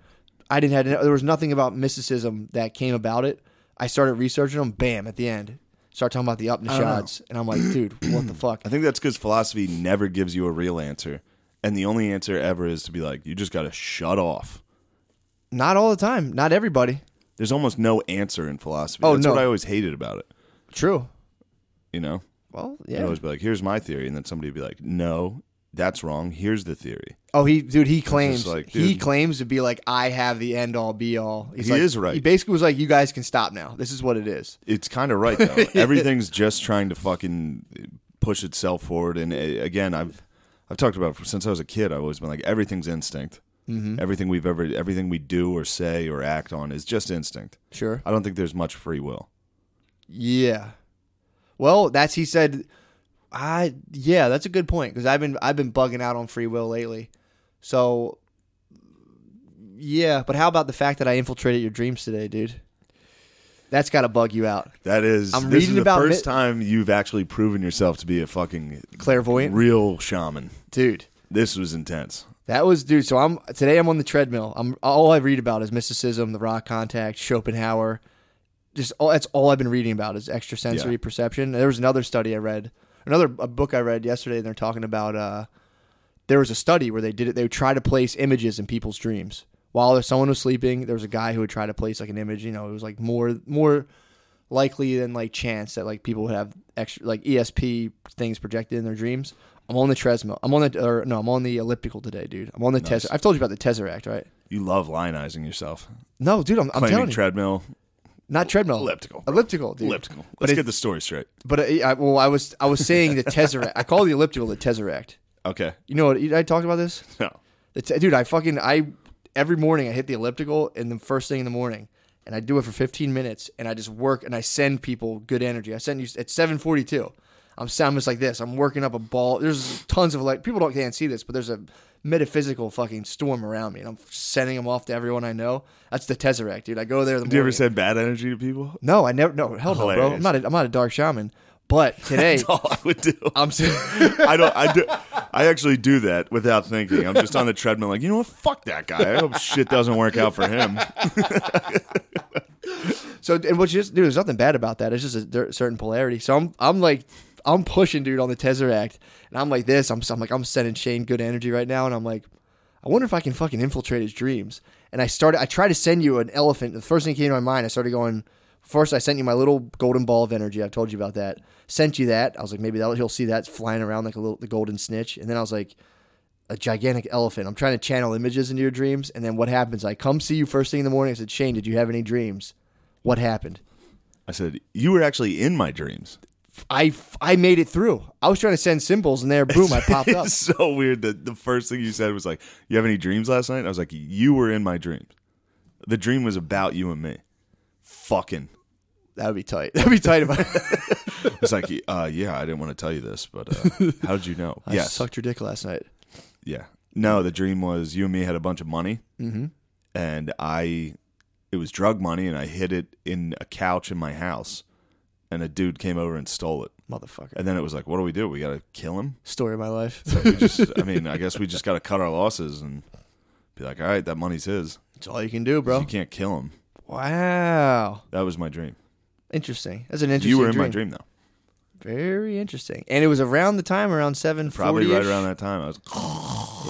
Speaker 1: I didn't have there was nothing about mysticism that came about it. I started researching them. Bam! At the end, start talking about the Upanishads, and I'm like, dude, what the fuck?
Speaker 2: I think that's because philosophy never gives you a real answer, and the only answer ever is to be like, you just got to shut off.
Speaker 1: Not all the time. Not everybody.
Speaker 2: There's almost no answer in philosophy.
Speaker 1: Oh,
Speaker 2: that's
Speaker 1: no.
Speaker 2: what I always hated about it.
Speaker 1: True.
Speaker 2: You know,
Speaker 1: Well,
Speaker 2: I'd
Speaker 1: yeah.
Speaker 2: always be like, here's my theory, and then somebody would be like, no, that's wrong. Here's the theory.
Speaker 1: Oh, he dude, he claims
Speaker 2: like,
Speaker 1: he
Speaker 2: dude.
Speaker 1: claims to be like I have the end all be all. He's
Speaker 2: He
Speaker 1: like-
Speaker 2: is right.
Speaker 1: He basically was like, you guys can stop now. This is what it is.
Speaker 2: It's kind of right though. Everything's just trying to fucking push itself forward. And uh, again, I've I've talked about it since I was a kid. I've always been like, everything's instinct.
Speaker 1: Mm-hmm.
Speaker 2: Everything we've ever, everything we do or say or act on is just instinct.
Speaker 1: Sure.
Speaker 2: I don't think there's much free will.
Speaker 1: Yeah. Well, that's he said. I yeah, that's a good point because I've been I've been bugging out on free will lately. So yeah, but how about the fact that I infiltrated your dreams today, dude? That's got to bug you out.
Speaker 2: That is,
Speaker 1: I'm
Speaker 2: this
Speaker 1: reading
Speaker 2: is the
Speaker 1: about
Speaker 2: first
Speaker 1: mi-
Speaker 2: time you've actually proven yourself to be a fucking
Speaker 1: Clairvoyant,
Speaker 2: real shaman.
Speaker 1: dude.
Speaker 2: This was intense.
Speaker 1: That was dude. So I'm today. I'm on the treadmill. I'm all I read about is mysticism, the rock contact, Schopenhauer. Just all that's all I've been reading about is extrasensory
Speaker 2: Yeah.
Speaker 1: perception. There was another study I read, another a book I read yesterday. And they're talking about uh, there was a study where they did it. They would try to place images in people's dreams while someone was sleeping. There was a guy who would try to place like an image. You know, it was like more more likely than like chance that like people would have extra like ESP things projected in their dreams. I'm on the treadmill. I'm on the or no, I'm on the elliptical today, dude. I'm on the tesseract. I've told you about the tesseract, right?
Speaker 2: You love lionizing yourself.
Speaker 1: No, dude, I'm, I'm telling
Speaker 2: Claiming
Speaker 1: you,
Speaker 2: treadmill,
Speaker 1: not treadmill,
Speaker 2: elliptical.
Speaker 1: elliptical, dude.
Speaker 2: elliptical.
Speaker 1: But
Speaker 2: Let's
Speaker 1: it,
Speaker 2: get the story straight.
Speaker 1: but I, I, well, I was I was saying the tesseract. I call the elliptical the tesseract.
Speaker 2: Okay.
Speaker 1: You know what? I talked about this.
Speaker 2: No.
Speaker 1: The te- dude, I fucking I every morning I hit the elliptical and the first thing in the morning, and I do it for 15 minutes, and I just work and I send people good energy. I send you at 7:42. I'm sound just like this. I'm working up a ball. There's tons of like people don't can't see this, but there's a metaphysical fucking storm around me, and I'm sending them off to everyone I know. That's the tesseract, dude. I go there. The
Speaker 2: Do you ever
Speaker 1: morning-
Speaker 2: send bad energy to people?
Speaker 1: No, I never. No, hell no, bro. I'm
Speaker 2: Hilarious.
Speaker 1: not. A, I'm not a dark shaman. But today,
Speaker 2: That's all I would do.
Speaker 1: I'm. s-
Speaker 2: I don't. I do. I actually do that without thinking. I'm just on the treadmill, like you know what? Fuck that guy. I hope shit doesn't work out for him.
Speaker 1: So and what's just dude, there's nothing bad about that. It's just a cer- certain polarity. So I'm I'm like I'm pushing dude on the Tesseract, and I'm like this. I'm I'm like I'm sending Shane good energy right now, and I'm like, I wonder if I can fucking infiltrate his dreams. And I started. I tried to send you an elephant. The first thing that came to my mind. I started going. First, I sent you my little golden ball of energy. I told you about that. Sent you that. I was like, maybe that he'll see that flying around like a little the golden snitch. And then I was like, a gigantic elephant. I'm trying to channel images into your dreams. And then what happens? I come see you first thing in the morning. I said, Shane, did you have any dreams? What happened?
Speaker 2: I said you were actually in my dreams.
Speaker 1: I, I made it through. I was trying to send symbols, and there, boom, I popped up.
Speaker 2: It's so weird that the first thing you said was like, "You have any dreams last night?" I was like, "You were in my dreams." The dream was about you and me. Fucking.
Speaker 1: That would be tight. That would be tight if I
Speaker 2: It's like, uh, yeah, I didn't want to tell you this, but uh, how did you know?
Speaker 1: I sucked your dick last night.
Speaker 2: Yeah. No, the dream was you and me had a bunch of money,
Speaker 1: Mm-hmm.
Speaker 2: and I, it was drug money, and I hid it in a couch in my house, and a dude came over and stole it.
Speaker 1: Motherfucker.
Speaker 2: And then it was like, what do we do? We gotta kill him.
Speaker 1: Story of my life.
Speaker 2: We just, I mean, I guess we just gotta cut our losses and be like, all right, that money's his.
Speaker 1: That's all you can do,
Speaker 2: You
Speaker 1: bro.
Speaker 2: can't kill him.
Speaker 1: Wow.
Speaker 2: That was my dream.
Speaker 1: Interesting. That's an interesting
Speaker 2: You were in my dream though,
Speaker 1: Very interesting. And it was around the time, around 740
Speaker 2: probably right around that time. I was.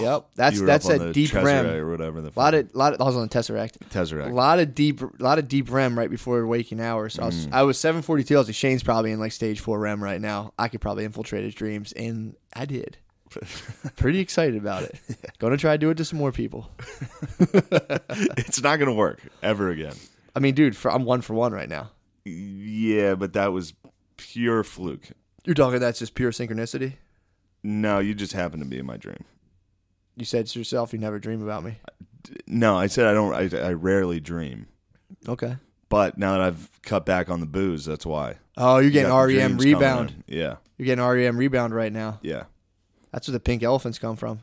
Speaker 1: Yep. That's,
Speaker 2: You were
Speaker 1: that's
Speaker 2: up on
Speaker 1: a
Speaker 2: the
Speaker 1: deep
Speaker 2: Tesseract
Speaker 1: REM.
Speaker 2: or whatever. The
Speaker 1: A lot of, lot of, I was on the Tesseract.
Speaker 2: Tesseract.
Speaker 1: A lot of deep, a lot of deep REM right before waking hours. So I
Speaker 2: Mm.
Speaker 1: was, I was seven forty two. I was like, Shane's probably in like stage four REM right now. I could probably infiltrate his dreams, and I did. Pretty excited about it. Going to try to do it to some more people.
Speaker 2: it's not gonna work ever again.
Speaker 1: I mean, dude, for, I'm one for one right now.
Speaker 2: Yeah, but that was pure fluke.
Speaker 1: You're talking that's just pure synchronicity.
Speaker 2: No, you just happened to be in my dream.
Speaker 1: You said to yourself, you never dream about me.
Speaker 2: No, I said I don't. I, I rarely dream.
Speaker 1: Okay.
Speaker 2: But now that I've cut back on the booze, that's why.
Speaker 1: Oh, you're getting
Speaker 2: Got the
Speaker 1: REM
Speaker 2: dreams coming
Speaker 1: rebound.
Speaker 2: in. Yeah,
Speaker 1: You're getting REM rebound right now.
Speaker 2: yeah.
Speaker 1: That's where the pink elephants come from.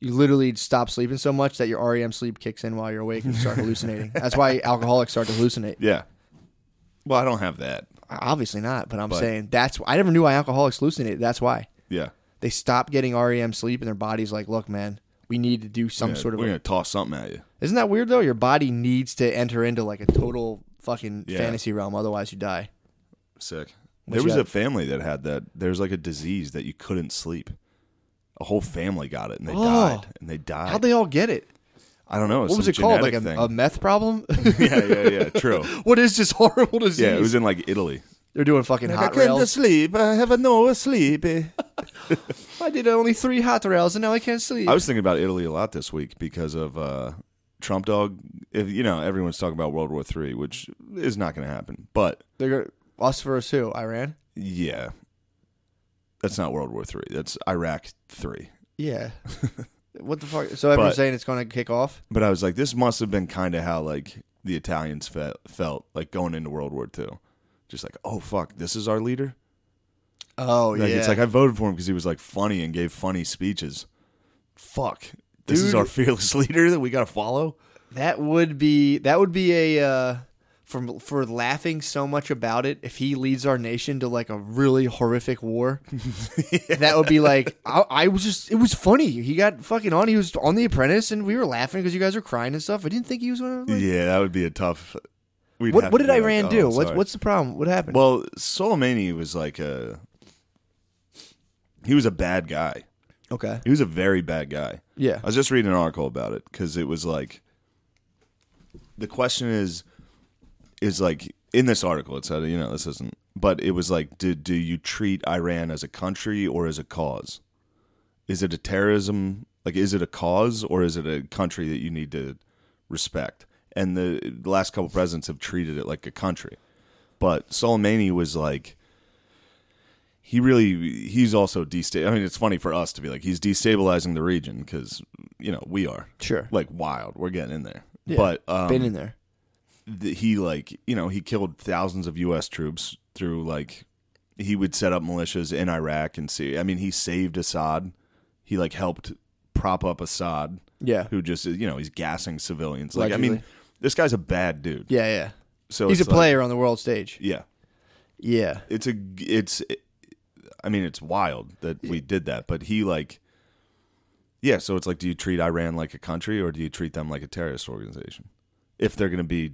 Speaker 1: You literally stop sleeping so much that your REM sleep kicks in while you're awake and you start hallucinating. That's why alcoholics start to hallucinate.
Speaker 2: Yeah. Well, I don't have that.
Speaker 1: Obviously not, but I'm
Speaker 2: But-
Speaker 1: saying that's I never knew why alcoholics hallucinated. That's why
Speaker 2: Yeah.
Speaker 1: E they stop getting REM sleep and their body's like, look, man, we need to do some
Speaker 2: Yeah,
Speaker 1: sort of.
Speaker 2: we're
Speaker 1: like-
Speaker 2: gonna toss something at you.
Speaker 1: isn't that weird though? Your body needs to enter into like a total fucking
Speaker 2: Yeah.
Speaker 1: fantasy realm, otherwise you die.
Speaker 2: Sick.
Speaker 1: What
Speaker 2: there
Speaker 1: you
Speaker 2: was
Speaker 1: got?
Speaker 2: a family that had that. There was like a disease that you couldn't sleep. A whole family got it and they
Speaker 1: Oh.
Speaker 2: died. And they died.
Speaker 1: How'd they all get it?
Speaker 2: I don't know.
Speaker 1: What was
Speaker 2: some
Speaker 1: it called? Like
Speaker 2: genetic
Speaker 1: a, a
Speaker 2: thing.
Speaker 1: meth problem?
Speaker 2: yeah, yeah, yeah. True.
Speaker 1: what is this horrible disease?
Speaker 2: Yeah, it was in like Italy.
Speaker 1: They're doing fucking hot rails.
Speaker 2: sleep. I have no sleep.
Speaker 1: I did only three hot rails and now I can't sleep.
Speaker 2: I was thinking about Italy a lot this week because of uh, Trump dog. If you know, everyone's talking about World War Three, which is not going to happen. But
Speaker 1: They're gonna- us versus who? Iran.
Speaker 2: yeah, that's not World War Three. That's Iraq Three.
Speaker 1: Yeah. what the fuck? So everyone's
Speaker 2: But-
Speaker 1: saying it's going to kick off.
Speaker 2: But I was like, this must have been kind of how like the Italians fe- felt like going into World War Two. Just like, oh fuck, this is our leader.
Speaker 1: Oh
Speaker 2: Like, It's like I voted for him because he was like funny and gave funny speeches. Fuck, this is
Speaker 1: Dude.
Speaker 2: our fearless leader that we got to follow.
Speaker 1: that would be that would be a uh, from for laughing so much about it. If he leads our nation to like a really horrific war, that would be like I, I was just it was funny. He got fucking on. He was on The Apprentice, and we were laughing because you guys were crying and stuff. I didn't think he was. Gonna, like,
Speaker 2: Yeah, that would be a tough. we'd
Speaker 1: What
Speaker 2: have
Speaker 1: what
Speaker 2: to
Speaker 1: did
Speaker 2: be like,
Speaker 1: Iran
Speaker 2: oh,
Speaker 1: do?
Speaker 2: I'm
Speaker 1: What's
Speaker 2: sorry.
Speaker 1: what's the problem? What happened?
Speaker 2: well, Soleimani was like a. He was a bad guy.
Speaker 1: okay,
Speaker 2: He was a very bad guy.
Speaker 1: yeah,
Speaker 2: I was just reading an article about it because it was like the question is is like in this article it said you know this isn't but it was like do do you treat Iran as a country or as a cause? Is it a terrorism like is it a cause or is it a country that you need to respect? And the, the last couple presidents have treated it like a country, but Soleimani was like he really he's also destabilizing. I mean, it's funny for us to be like he's destabilizing the region because you know we are
Speaker 1: sure.
Speaker 2: like wild. We're getting in there,
Speaker 1: Yeah.
Speaker 2: but um,
Speaker 1: Been in there.
Speaker 2: th- he like you know he killed thousands of U.S. troops through like he would set up militias in Iraq and Syria. I mean, he saved Assad. He like helped prop up Assad,
Speaker 1: Yeah,
Speaker 2: who just you know he's gassing civilians. Like I mean,
Speaker 1: Allegedly.
Speaker 2: this guy's a bad dude.
Speaker 1: yeah, yeah.
Speaker 2: So
Speaker 1: He's a
Speaker 2: it's like-
Speaker 1: player on the world stage.
Speaker 2: yeah,
Speaker 1: Yeah.
Speaker 2: it's a it's i mean it's wild that we did that but he like yeah so it's like do you treat iran like a country or do you treat them like a terrorist organization if they're going to be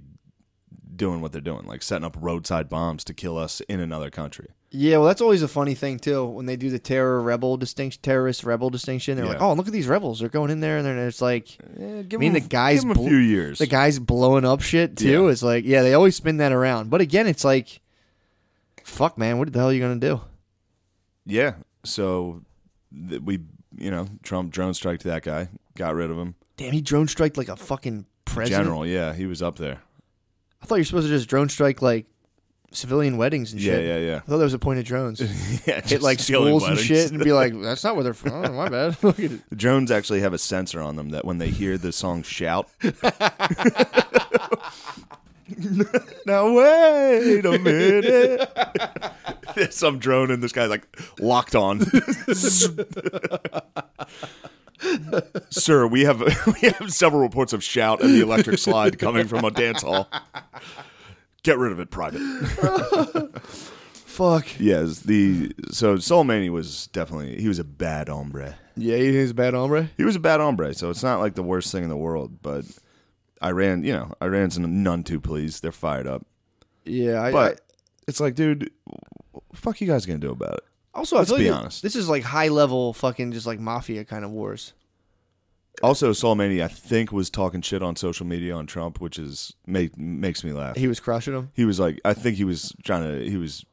Speaker 2: doing what they're doing like setting up roadside bombs to kill us in another country
Speaker 1: Yeah, well, that's always a funny thing too when they do the terror rebel distinction, terrorist rebel distinction. They're like,
Speaker 2: Yeah.
Speaker 1: oh, look at these rebels; they're going in there, and then it's like, I
Speaker 2: give
Speaker 1: mean, the
Speaker 2: 'em-
Speaker 1: guys
Speaker 2: give 'em
Speaker 1: bl-
Speaker 2: a few years
Speaker 1: the guys blowing up shit too.
Speaker 2: Yeah.
Speaker 1: It's like, yeah, they always spin that around. But again, it's like, fuck, man, what the hell are you gonna do?
Speaker 2: yeah so th- we you know trump drone strike to that guy got rid of him
Speaker 1: Damn, he drone striked like a fucking president.
Speaker 2: general yeah he was up there
Speaker 1: I thought you're supposed to just drone strike like civilian weddings and
Speaker 2: yeah
Speaker 1: shit.
Speaker 2: yeah yeah
Speaker 1: I thought that was the point of drones.
Speaker 2: yeah
Speaker 1: Hit
Speaker 2: just
Speaker 1: like
Speaker 2: stealing
Speaker 1: schools and
Speaker 2: weddings.
Speaker 1: shit, and be like, that's not where they're from. Oh, my bad. Look at it.
Speaker 2: The drones actually have a sensor on them that when they hear the song shout. now wait a minute. There's some drone and this guy's like locked on. Sir, we have we have several reports of shout and the electric slide coming from a dance hall. Get rid of it, private.
Speaker 1: Fuck.
Speaker 2: Yes, the so Soleimani was definitely he was a bad hombre.
Speaker 1: Yeah, he is a bad hombre.
Speaker 2: He was a bad hombre, so it's not like the worst thing in the world. But Iran, you know, Iran's none too pleased. They're fired up,
Speaker 1: Yeah, I,
Speaker 2: but it's like, dude, what the fuck you guys gonna do about it?
Speaker 1: Also,
Speaker 2: Let's
Speaker 1: I feel
Speaker 2: be
Speaker 1: like
Speaker 2: honest.
Speaker 1: This is like high level fucking just like mafia kind of wars.
Speaker 2: Also, Soleimani, I think, was talking shit on social media on Trump, which is make, makes me laugh.
Speaker 1: He was crushing them.
Speaker 2: He was like, I think he was trying to, he was,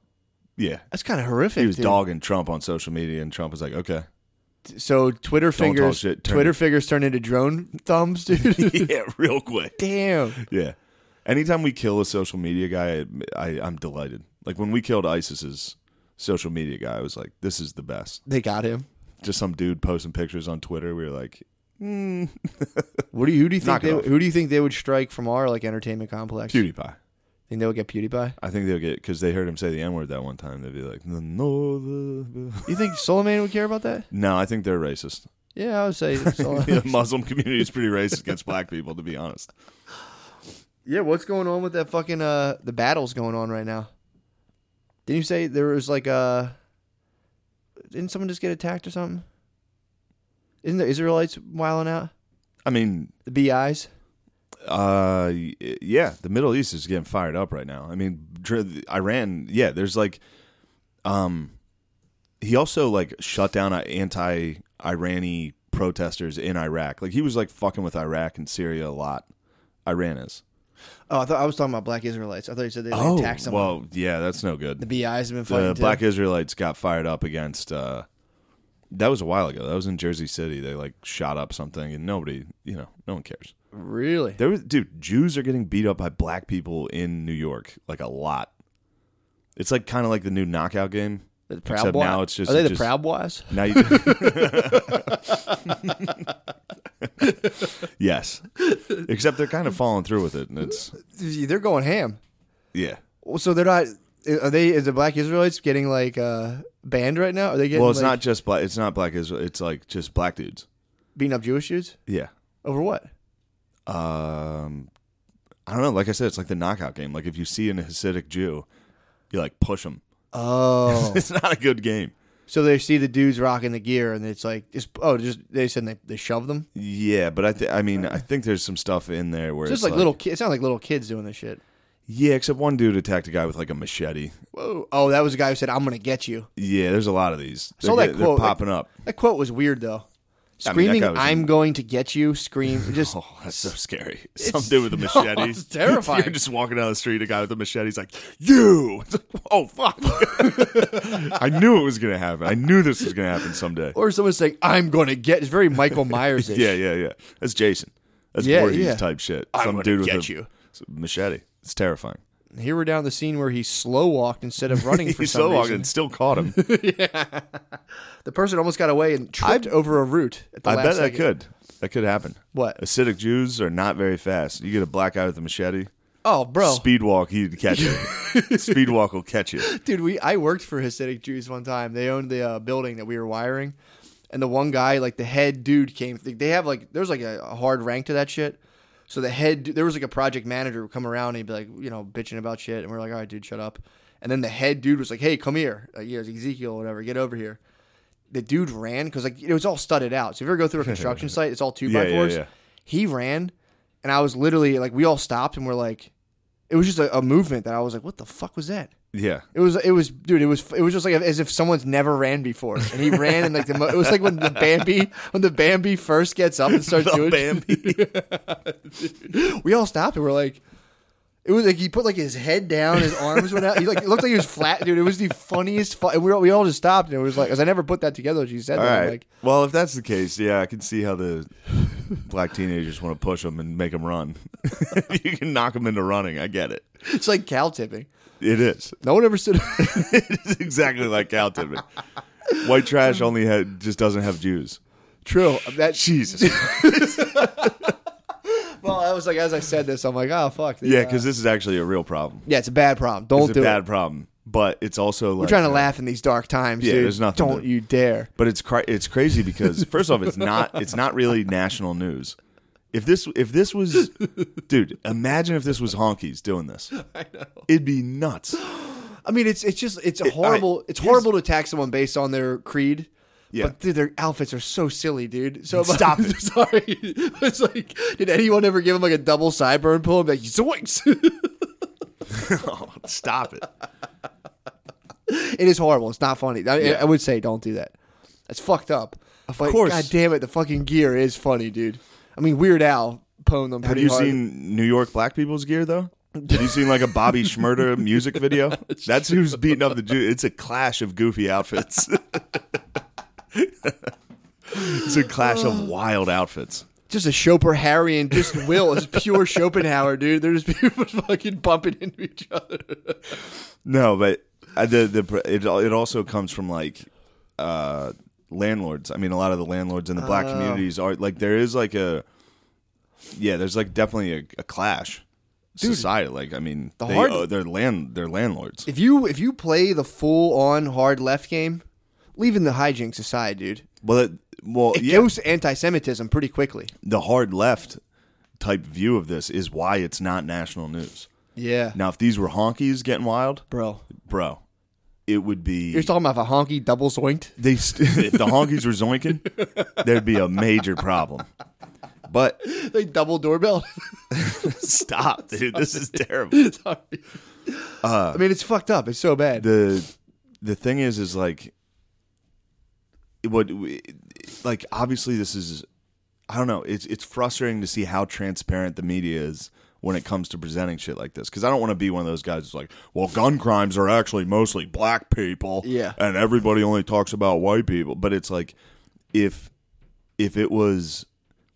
Speaker 2: yeah,
Speaker 1: That's kind of horrific.
Speaker 2: he was
Speaker 1: dude.
Speaker 2: dogging Trump on social media, and Trump was like, okay,
Speaker 1: So Twitter
Speaker 2: talk
Speaker 1: fingers,
Speaker 2: shit, turn
Speaker 1: Twitter
Speaker 2: it.
Speaker 1: fingers turned into drone thumbs, dude.
Speaker 2: yeah, real quick,
Speaker 1: Damn.
Speaker 2: yeah. Anytime we kill a social media guy, I, I, I'm delighted. Like when we killed ISIS's social media guy, I was like, this is the best.
Speaker 1: They got him.
Speaker 2: Just some dude posting pictures on Twitter. We were like, "Hmm,
Speaker 1: What do you, who do you think
Speaker 2: Knock it
Speaker 1: they,
Speaker 2: off.
Speaker 1: who do you think they would strike from our like entertainment complex?
Speaker 2: PewDiePie.
Speaker 1: Think they would get PewDiePie?
Speaker 2: I think they'll get because they heard him say the N word that one time. They'd be like, no, no, the-
Speaker 1: You think Soleimani would care about that?
Speaker 2: no. I think they're racist.
Speaker 1: Yeah, I would say. Soleimani.
Speaker 2: The Muslim community is pretty racist against black people, to be honest.
Speaker 1: Yeah, what's going on with that fucking uh the battles going on right now? Didn't you uh, say there was like a didn't someone just get attacked or something? Isn't the Israelites wilding out?
Speaker 2: I mean,
Speaker 1: The BIs?
Speaker 2: uh, y- yeah, the Middle East is getting fired up right now. I mean, dr- Iran, yeah, there's like, um, he also like shut down anti-Irani protesters in Iraq. Like he was like fucking with Iraq and Syria a lot. Iran is.
Speaker 1: Oh, I thought I was talking about black Israelites. I thought you said they like, attacked someone.
Speaker 2: Oh, well, yeah, that's no good.
Speaker 1: the BIs have been fighting.
Speaker 2: the
Speaker 1: too.
Speaker 2: black israelites got fired up against uh that was a while ago that was in jersey city they like shot up something and nobody you know no one cares
Speaker 1: Really?
Speaker 2: there was dude jews are getting beat up by black people in new york like a lot it's like kind of like the new knockout game
Speaker 1: The Proud
Speaker 2: except
Speaker 1: Boys?
Speaker 2: now it's just-
Speaker 1: Are they
Speaker 2: it
Speaker 1: the
Speaker 2: just-
Speaker 1: Proud Boys?
Speaker 2: now you yes except they're kind of following through with it and it's
Speaker 1: They're going ham.
Speaker 2: yeah
Speaker 1: Well, So they're not. Are they? Is the black Israelites getting like uh, banned right now? Are they getting?
Speaker 2: well it's
Speaker 1: like,
Speaker 2: not just black it's not black israel it's like just black dudes
Speaker 1: beating up Jewish dudes
Speaker 2: yeah
Speaker 1: over what?
Speaker 2: um I don't know. Like I said, it's like the knockout game. Like if you see an Hasidic Jew, you like push him.
Speaker 1: Oh,
Speaker 2: It's not a good game.
Speaker 1: so they see the dudes rocking the gear, and it's like, just oh, just they said they, they shove them.
Speaker 2: Yeah, but I th- I mean I think there's some stuff in there where
Speaker 1: It's just
Speaker 2: it's
Speaker 1: like, little kids. It sounds like little kids doing this shit.
Speaker 2: Yeah, except one dude attacked a guy with like a machete.
Speaker 1: Whoa! Oh, that was the guy who said, "I'm gonna get you."
Speaker 2: Yeah, there's a lot of these.
Speaker 1: saw
Speaker 2: They're
Speaker 1: that
Speaker 2: get- they're
Speaker 1: quote, like-
Speaker 2: popping up.
Speaker 1: That quote was weird though.
Speaker 2: I mean, that
Speaker 1: Screaming,
Speaker 2: guy was-
Speaker 1: "I'm going to get you!" Scream, just
Speaker 2: Oh, that's so scary. Some dude with a machete.
Speaker 1: it's terrifying.
Speaker 2: You're just walking down the street, a guy with a machete's like, "You!" It's like, oh fuck! I knew it was gonna happen. I knew this was gonna happen someday.
Speaker 1: or someone saying, "I'm gonna get." It's very Michael Myers.
Speaker 2: Yeah, yeah, yeah. That's Jason. That's
Speaker 1: Yeah,
Speaker 2: Voorhees
Speaker 1: yeah.
Speaker 2: type shit.
Speaker 1: I'm
Speaker 2: Some
Speaker 1: gonna
Speaker 2: dude with
Speaker 1: get
Speaker 2: a
Speaker 1: you.
Speaker 2: machete. It's terrifying.
Speaker 1: Here we're down the scene where he slow walked instead of running for
Speaker 2: He's
Speaker 1: some
Speaker 2: so long
Speaker 1: reason.
Speaker 2: and still caught him.
Speaker 1: The person almost got away and tripped over a root. At the
Speaker 2: I
Speaker 1: last
Speaker 2: bet that
Speaker 1: second.
Speaker 2: could. That could happen.
Speaker 1: What?
Speaker 2: Acidic Jews are not very fast. You get a black guy with a machete.
Speaker 1: Oh, bro,
Speaker 2: Speed walk, he'd catch you. Speed walk will catch you.
Speaker 1: dude, we I worked for Hasidic Jews one time. They owned the uh, building that we were wiring, and the one guy, like the head dude, came. They have like there's like a, a hard rank to that shit. So the head, there was like a project manager who would come around and he'd be like, you know, bitching about shit, and we're like, all right, dude, shut up. And then the head dude was like, hey, come here, like, yeah, it's Ezekiel, or whatever, get over here. The dude ran because like it was all studded out. So if you ever go through a construction site, it's all two
Speaker 2: Yeah,
Speaker 1: by
Speaker 2: yeah,
Speaker 1: fours.
Speaker 2: yeah.
Speaker 1: He ran, and I was literally like, we all stopped and we're like, it was just a, a movement that I was like, what the fuck was that?
Speaker 2: Yeah.
Speaker 1: It was it was dude. It was it was just like as if someone's never ran before, and he ran and like the mo- it was like when the Bambi when the Bambi first gets up and
Speaker 2: Oh,
Speaker 1: starts doing.
Speaker 2: Bambi.
Speaker 1: We all stopped and we're like, it was like he put like his head down, his arms went out. He like it looked like he was flat, dude. It was the funniest. Fu- and we all, we all just stopped and it was like, because I never put that together. when She said
Speaker 2: All
Speaker 1: that. I'm
Speaker 2: right.
Speaker 1: Like
Speaker 2: well, if that's the case, yeah, I can see how the black teenagers want to push them and make them run. you can knock them into running. I get it.
Speaker 1: it's like cow tipping.
Speaker 2: It is.
Speaker 1: No one ever said.
Speaker 2: it's exactly like cow tipping. White trash only had just doesn't have Jews.
Speaker 1: True. That
Speaker 2: Jesus.
Speaker 1: well, I was like as I said this, I'm like, oh fuck.
Speaker 2: yeah,
Speaker 1: uh,
Speaker 2: because this is actually a real problem.
Speaker 1: yeah, it's a bad problem. Don't
Speaker 2: It's a
Speaker 1: do
Speaker 2: bad
Speaker 1: it.
Speaker 2: problem, but it's also like
Speaker 1: We're trying to
Speaker 2: uh,
Speaker 1: laugh in these dark times,
Speaker 2: Yeah,
Speaker 1: dude.
Speaker 2: there's nothing
Speaker 1: Don't
Speaker 2: to-
Speaker 1: you dare.
Speaker 2: But it's cra- it's crazy because first off, it's not it's not really national news. If this if this was, dude, imagine if this was honkies doing this. I know it'd be nuts.
Speaker 1: I mean, it's it's just it's a horrible
Speaker 2: I-
Speaker 1: it's horrible to attack someone based on their creed.
Speaker 2: Yeah.
Speaker 1: But dude, their outfits are so silly, dude. So
Speaker 2: Stop it.
Speaker 1: Sorry, it's like, did anyone ever give him like a double sideburn pull? I'm like, zoinks!
Speaker 2: Oh, stop it.
Speaker 1: it is horrible. It's not funny. I,
Speaker 2: Yeah.
Speaker 1: I would say don't do that. That's fucked up. Of
Speaker 2: course.
Speaker 1: God damn it, the fucking gear is funny, dude. I mean, Weird Al pwned them.
Speaker 2: Have
Speaker 1: pretty
Speaker 2: you
Speaker 1: hard.
Speaker 2: seen New York black people's gear though? Have you seen like a Bobby Schmurda music video? That's who's beating up the Jew. It's a clash of goofy outfits. it's a clash of wild outfits.
Speaker 1: just a Schoper Harry and just Will is pure Schopenhauer, dude. They're just people fucking bumping into each other.
Speaker 2: No, but uh, the the it al- it also comes from like uh landlords. I mean, a lot of the landlords in the black
Speaker 1: Oh.
Speaker 2: communities are like there is like a yeah, there's like definitely a, a clash. Society, like I mean, they,
Speaker 1: hard-
Speaker 2: owe- they're land they're landlords.
Speaker 1: If you if you play the full on hard left game, leaving the hijinks aside, dude,
Speaker 2: Well, it, well,
Speaker 1: it
Speaker 2: yeah,
Speaker 1: goes to anti-Semitism pretty quickly.
Speaker 2: the hard left type view of this is why it's not national news.
Speaker 1: Yeah,
Speaker 2: Now, if these were honkies getting wild,
Speaker 1: bro,
Speaker 2: bro, it would be
Speaker 1: You're talking about if a honky double zoinked.
Speaker 2: they st- if the honkies were zoinking, there'd be a major problem. But
Speaker 1: They double doorbell.
Speaker 2: stop, dude. This is terrible.
Speaker 1: Sorry. I mean, it's fucked up. It's so bad.
Speaker 2: Uh, The the thing is, is like what, we- like obviously this is, I don't know. It's it's frustrating to see how transparent the media is when it comes to presenting shit like this because I don't want to be one of those guys who's like, well, gun crimes are actually mostly black people,
Speaker 1: Yeah.
Speaker 2: and everybody only talks about white people. But it's like if if it was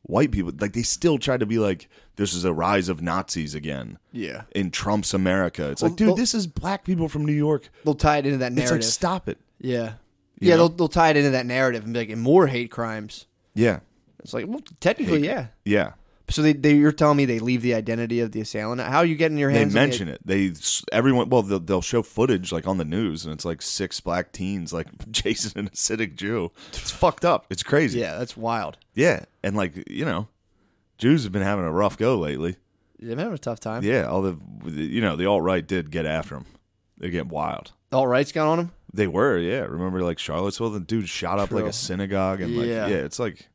Speaker 2: white people like they still tried to be like this is a rise of nazis again
Speaker 1: yeah.
Speaker 2: in Trump's America. It's like,
Speaker 1: they'll-
Speaker 2: dude, this is black people from New York.
Speaker 1: They'll tie it into that
Speaker 2: It's
Speaker 1: narrative.
Speaker 2: like, stop it.
Speaker 1: yeah.
Speaker 2: You
Speaker 1: Yeah,
Speaker 2: know?
Speaker 1: they'll, they'll tie it into that narrative and be like, and more hate crimes.
Speaker 2: Yeah.
Speaker 1: It's like, well, technically, yeah.
Speaker 2: Yeah.
Speaker 1: So they, they, you're telling me they leave the identity of the assailant? How are you getting your
Speaker 2: They
Speaker 1: hands? on the-
Speaker 2: mention it. They s- everyone. Well, they'll, they'll show footage like on the news, and it's like six black teens like chasing an Hasidic Jew. It's fucked up. It's crazy.
Speaker 1: Yeah, that's wild.
Speaker 2: Yeah. And like you know, Jews have been having a rough go lately.
Speaker 1: Yeah, I'm having a tough time.
Speaker 2: Yeah. All the you know the alt right did get after them. They're getting wild.
Speaker 1: All rights got on him.
Speaker 2: They were, yeah. Remember, like Charlottesville, the dude shot up like
Speaker 1: True.
Speaker 2: a synagogue, and like,
Speaker 1: Yeah.
Speaker 2: yeah, it's like,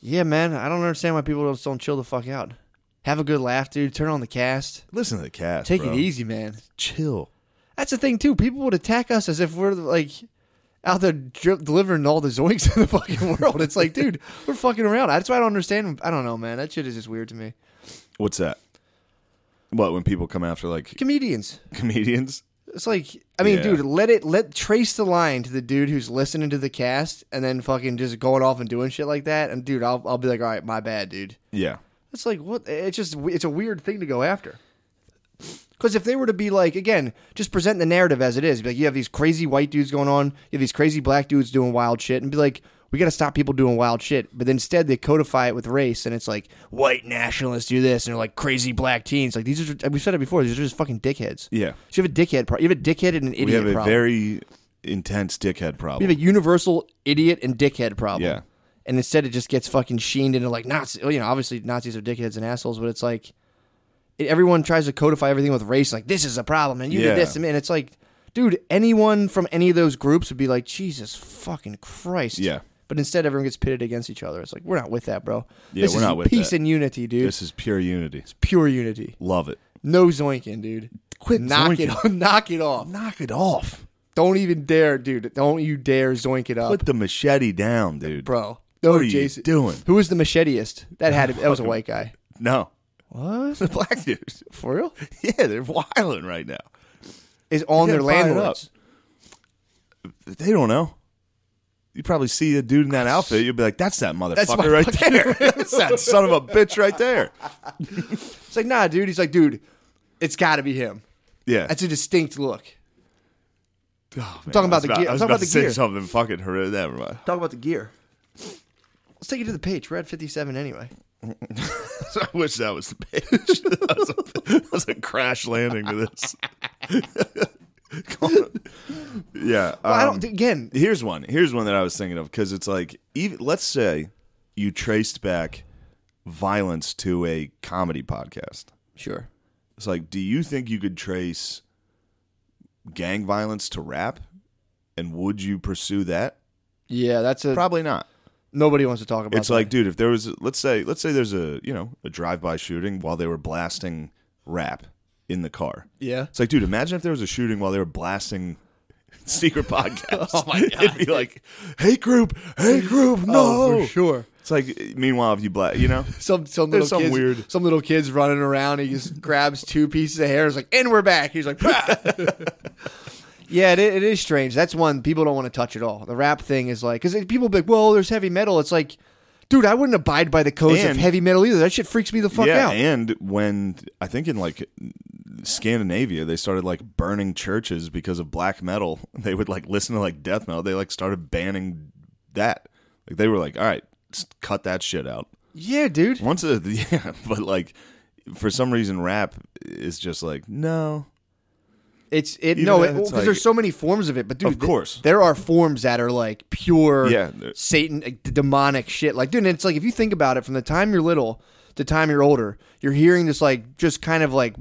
Speaker 1: Yeah, man. I don't understand why people just don't chill the fuck out. Have a good laugh, dude. Turn on the cast.
Speaker 2: listen to the cast.
Speaker 1: Take
Speaker 2: bro.
Speaker 1: it easy, man.
Speaker 2: chill.
Speaker 1: That's the thing too. People would attack us as if we're like out there dri- delivering all the zoinks in the fucking world. It's like, dude, we're fucking around. That's why I don't understand. I don't know, man. That shit is just weird to me.
Speaker 2: What's that? What when people come after like
Speaker 1: Comedians.
Speaker 2: comedians?
Speaker 1: It's like, I mean,
Speaker 2: Yeah.
Speaker 1: dude, let it let trace the line to the dude who's listening to the cast and then fucking just going off and doing shit like that. And dude, I'll I'll be like, all right, my bad, dude.
Speaker 2: Yeah,
Speaker 1: It's like what? It's just it's a weird thing to go after. Because if they were to be like again, just present the narrative as it is, be like you have these crazy white dudes going on, you have these crazy black dudes doing wild shit, and be like, we got to stop people doing wild shit. But instead, they codify it with race, and it's like white nationalists do this, and they're like crazy black teens. Like these are we've said it before. These are just fucking dickheads.
Speaker 2: yeah.
Speaker 1: So you have a dickhead. Pro- you have a dickhead and an idiot
Speaker 2: We have a
Speaker 1: problem.
Speaker 2: very intense dickhead problem.
Speaker 1: we have a universal idiot and dickhead problem.
Speaker 2: Yeah.
Speaker 1: And instead, it just gets fucking sheened into like Nazis. You know, obviously Nazis are dickheads and assholes, but it's like it, everyone tries to codify everything with race. Like this is a problem, and you
Speaker 2: Yeah.
Speaker 1: did this, and it's like, dude, anyone from any of those groups would be like, Jesus fucking Christ.
Speaker 2: Yeah.
Speaker 1: But instead, everyone gets pitted against each other. It's like we're not with that, bro.
Speaker 2: Yeah,
Speaker 1: this
Speaker 2: we're
Speaker 1: is
Speaker 2: not with
Speaker 1: peace
Speaker 2: that.
Speaker 1: and unity, dude.
Speaker 2: this is pure unity.
Speaker 1: Pure unity.
Speaker 2: Love it.
Speaker 1: No zoinking, dude.
Speaker 2: Quit
Speaker 1: knock
Speaker 2: zoinking.
Speaker 1: it off. Knock it off.
Speaker 2: Knock it off.
Speaker 1: Don't even dare, dude. Don't you dare zoink it up,
Speaker 2: Put the machete down, dude.
Speaker 1: bro. No,
Speaker 2: what are
Speaker 1: Jason.
Speaker 2: you doing?
Speaker 1: Who was the macheteist? That had that was a white guy.
Speaker 2: No,
Speaker 1: What?
Speaker 2: the black dudes.
Speaker 1: For real?
Speaker 2: Yeah, they're wilding right now.
Speaker 1: Is on their
Speaker 2: They're fired
Speaker 1: landlords.
Speaker 2: They don't know. You probably see a dude in that outfit. You'll be like, "That's that motherfucker
Speaker 1: my
Speaker 2: right there. That's that son of a bitch right there."
Speaker 1: It's like, nah, dude. He's like, dude, it's got to be him.
Speaker 2: Yeah,
Speaker 1: That's a distinct look.
Speaker 2: I'm
Speaker 1: talking about the gear.
Speaker 2: Oh, I
Speaker 1: I'm
Speaker 2: was
Speaker 1: talking
Speaker 2: about,
Speaker 1: about
Speaker 2: to
Speaker 1: the
Speaker 2: say
Speaker 1: gear.
Speaker 2: something fucking horrendous. Never mind.
Speaker 1: Talk about the gear. Let's take it to the page. We're at 57 anyway.
Speaker 2: So I wish that was the page. that, was a, that was a crash landing to this. Come on. yeah.
Speaker 1: Well, I
Speaker 2: um,
Speaker 1: don't. Again,
Speaker 2: here's one. Here's one that I was thinking of because it's like, even, let's say you traced back violence to a comedy podcast.
Speaker 1: sure.
Speaker 2: It's like, do you think you could trace gang violence to rap? And would you pursue that?
Speaker 1: Yeah, that's a.
Speaker 2: Probably not.
Speaker 1: nobody wants to talk about.
Speaker 2: It's
Speaker 1: that.
Speaker 2: like, dude, if there was, let's say, let's say there's a, you know, a drive-by shooting while they were blasting rap in the car.
Speaker 1: yeah.
Speaker 2: It's like, dude, imagine if there was a shooting while they were blasting secret podcast. oh my god! It'd be like, hey group, hey group, no.
Speaker 1: Oh, for sure.
Speaker 2: It's like, meanwhile, if you black, you know,
Speaker 1: Some some little
Speaker 2: There's some
Speaker 1: kids,
Speaker 2: weird-
Speaker 1: some little kids running around. He just grabs two pieces of hair. Is like, and we're back. He's like, "Pow." yeah, it, i- it is strange. That's one people don't want to touch at all. The rap thing is like, because people be like, well, there's heavy metal. It's like, dude, I wouldn't abide by the codes of
Speaker 2: And-
Speaker 1: heavy metal either. That shit freaks me the fuck
Speaker 2: yeah.
Speaker 1: out.
Speaker 2: And when I think in like Scandinavia, they started like burning churches because of black metal. They would like listen to like death metal. They like started banning that. Like they were like, all right, s- cut that shit out.
Speaker 1: yeah, dude.
Speaker 2: Once, a, yeah, but like for some reason, rap is just like no.
Speaker 1: It's it.
Speaker 2: Even
Speaker 1: No,
Speaker 2: then, it's
Speaker 1: because
Speaker 2: like-
Speaker 1: there's so many forms of it. But dude,
Speaker 2: Of course.
Speaker 1: there are forms that are like pure
Speaker 2: Yeah, they're-
Speaker 1: Satan, like, d- demonic shit. Like, dude, and it's like if you think about it, from the time you're little, to the time you're older, you're hearing this like just kind of like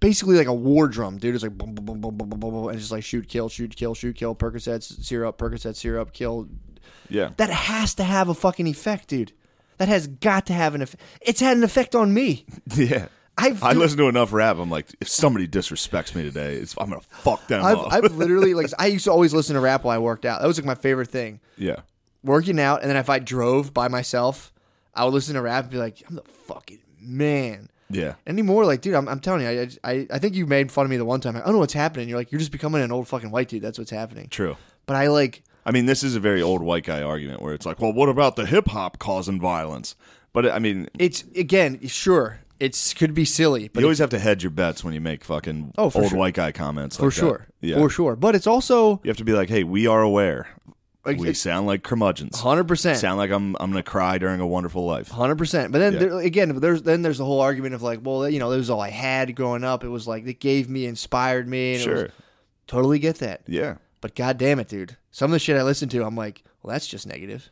Speaker 1: basically like a war drum, dude. It's like boom, boom, boom, boom, boom, boom, boom, boom, and just like shoot, kill, shoot, kill, shoot, kill. Percocet, syrup, Percocet, syrup, kill.
Speaker 2: Yeah.
Speaker 1: That has to have a fucking effect, dude. That has got to have an effect. It's had an effect on me.
Speaker 2: yeah.
Speaker 1: I've
Speaker 2: I listen to enough rap. I'm like, if somebody disrespects me today, it's, I'm gonna fuck them
Speaker 1: I've,
Speaker 2: up.
Speaker 1: I've literally like I used to always listen to rap while I worked out. That was like my favorite thing.
Speaker 2: yeah.
Speaker 1: Working out, and then if I drove by myself, I would listen to rap and be like, "I'm the fucking man."
Speaker 2: Yeah.
Speaker 1: Anymore, like, dude, I'm, I'm telling you, I, I I think you made fun of me the one time. Like, I don't know what's happening. You're like, you're just becoming an old fucking white dude. That's what's happening.
Speaker 2: True.
Speaker 1: But I like,
Speaker 2: I mean, this is a very old white guy argument where it's like, well, what about the hip hop causing violence? But I mean,
Speaker 1: it's again, sure, it's could be silly, but
Speaker 2: you always have to hedge your bets when you make fucking
Speaker 1: Oh, for
Speaker 2: old
Speaker 1: sure.
Speaker 2: white guy comments.
Speaker 1: for
Speaker 2: like that.
Speaker 1: sure,
Speaker 2: Yeah.
Speaker 1: for sure. But it's also
Speaker 2: You have to be like, hey, we are aware.
Speaker 1: like,
Speaker 2: we sound like curmudgeons.
Speaker 1: hundred percent,
Speaker 2: Sound like I'm I'm gonna cry during a wonderful life.
Speaker 1: Hundred percent. But then
Speaker 2: Yeah.
Speaker 1: there, again, there's then there's the whole argument of like, well, you know, that was all I had growing up. It was like it gave me, inspired me. And it was-
Speaker 2: Sure.
Speaker 1: totally get that.
Speaker 2: Yeah.
Speaker 1: But god damn it, dude, some of the shit I listen to, I'm like, well, that's just negative.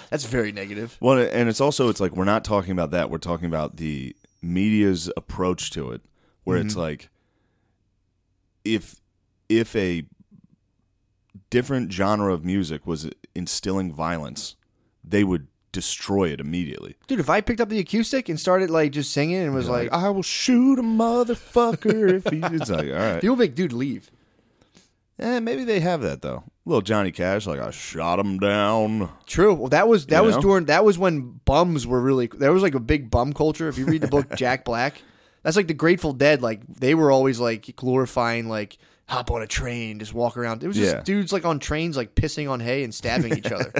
Speaker 1: that's very negative.
Speaker 2: Well, and it's also it's like we're not talking about that. We're talking about the media's approach to it, where
Speaker 1: Mm-hmm.
Speaker 2: it's like if if a different genre of music was instilling violence, they would destroy it immediately.
Speaker 1: Dude, if I picked up the acoustic and started like just singing and was like,
Speaker 2: I will shoot a motherfucker if he. It's like all right.
Speaker 1: "Ah," people make dude leave.
Speaker 2: Eh, maybe they have that though. Little Johnny Cash, like I shot him down.
Speaker 1: True. Well, that was that
Speaker 2: You
Speaker 1: was
Speaker 2: know?
Speaker 1: during that was when bums were really there was like a big bum culture. If you read the book Jack Black, that's like the Grateful Dead. Like they were always like glorifying like hop on a train, just walk around. It was just
Speaker 2: Yeah.
Speaker 1: dudes like on trains like pissing on hay and stabbing each other.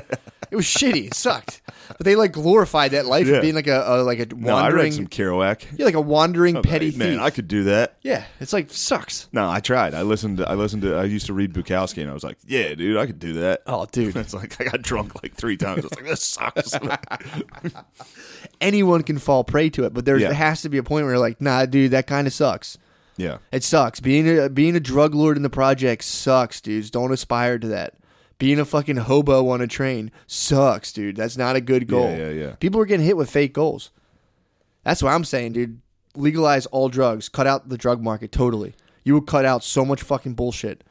Speaker 1: It was shitty. It sucked. But they like glorified that life
Speaker 2: Yeah.
Speaker 1: of being like a, a like a
Speaker 2: No, I read
Speaker 1: wandering
Speaker 2: some Kerouac.
Speaker 1: yeah like a wandering petty
Speaker 2: Like, Oh, man,
Speaker 1: thief.
Speaker 2: I could do that.
Speaker 1: yeah, it's like sucks.
Speaker 2: No, I tried. I listened. To, I listened to. I used to read Bukowski, and I was like, "Yeah, dude, I could do that."
Speaker 1: Oh, dude,
Speaker 2: It's like I got drunk like three times. I was like, "This sucks."
Speaker 1: anyone can fall prey to it, but there's,
Speaker 2: Yeah.
Speaker 1: there has to be a point where you're like, nah, dude, that kind of sucks.
Speaker 2: yeah,
Speaker 1: It sucks. Being a, being a drug lord in the project sucks, dudes. Don't aspire to that. Being a fucking hobo on a train sucks, dude. That's not a good goal.
Speaker 2: yeah, yeah.
Speaker 1: People are getting hit with fake goals. That's what I'm saying, dude. Legalize all drugs. Cut out the drug market totally. You would cut out so much fucking bullshit.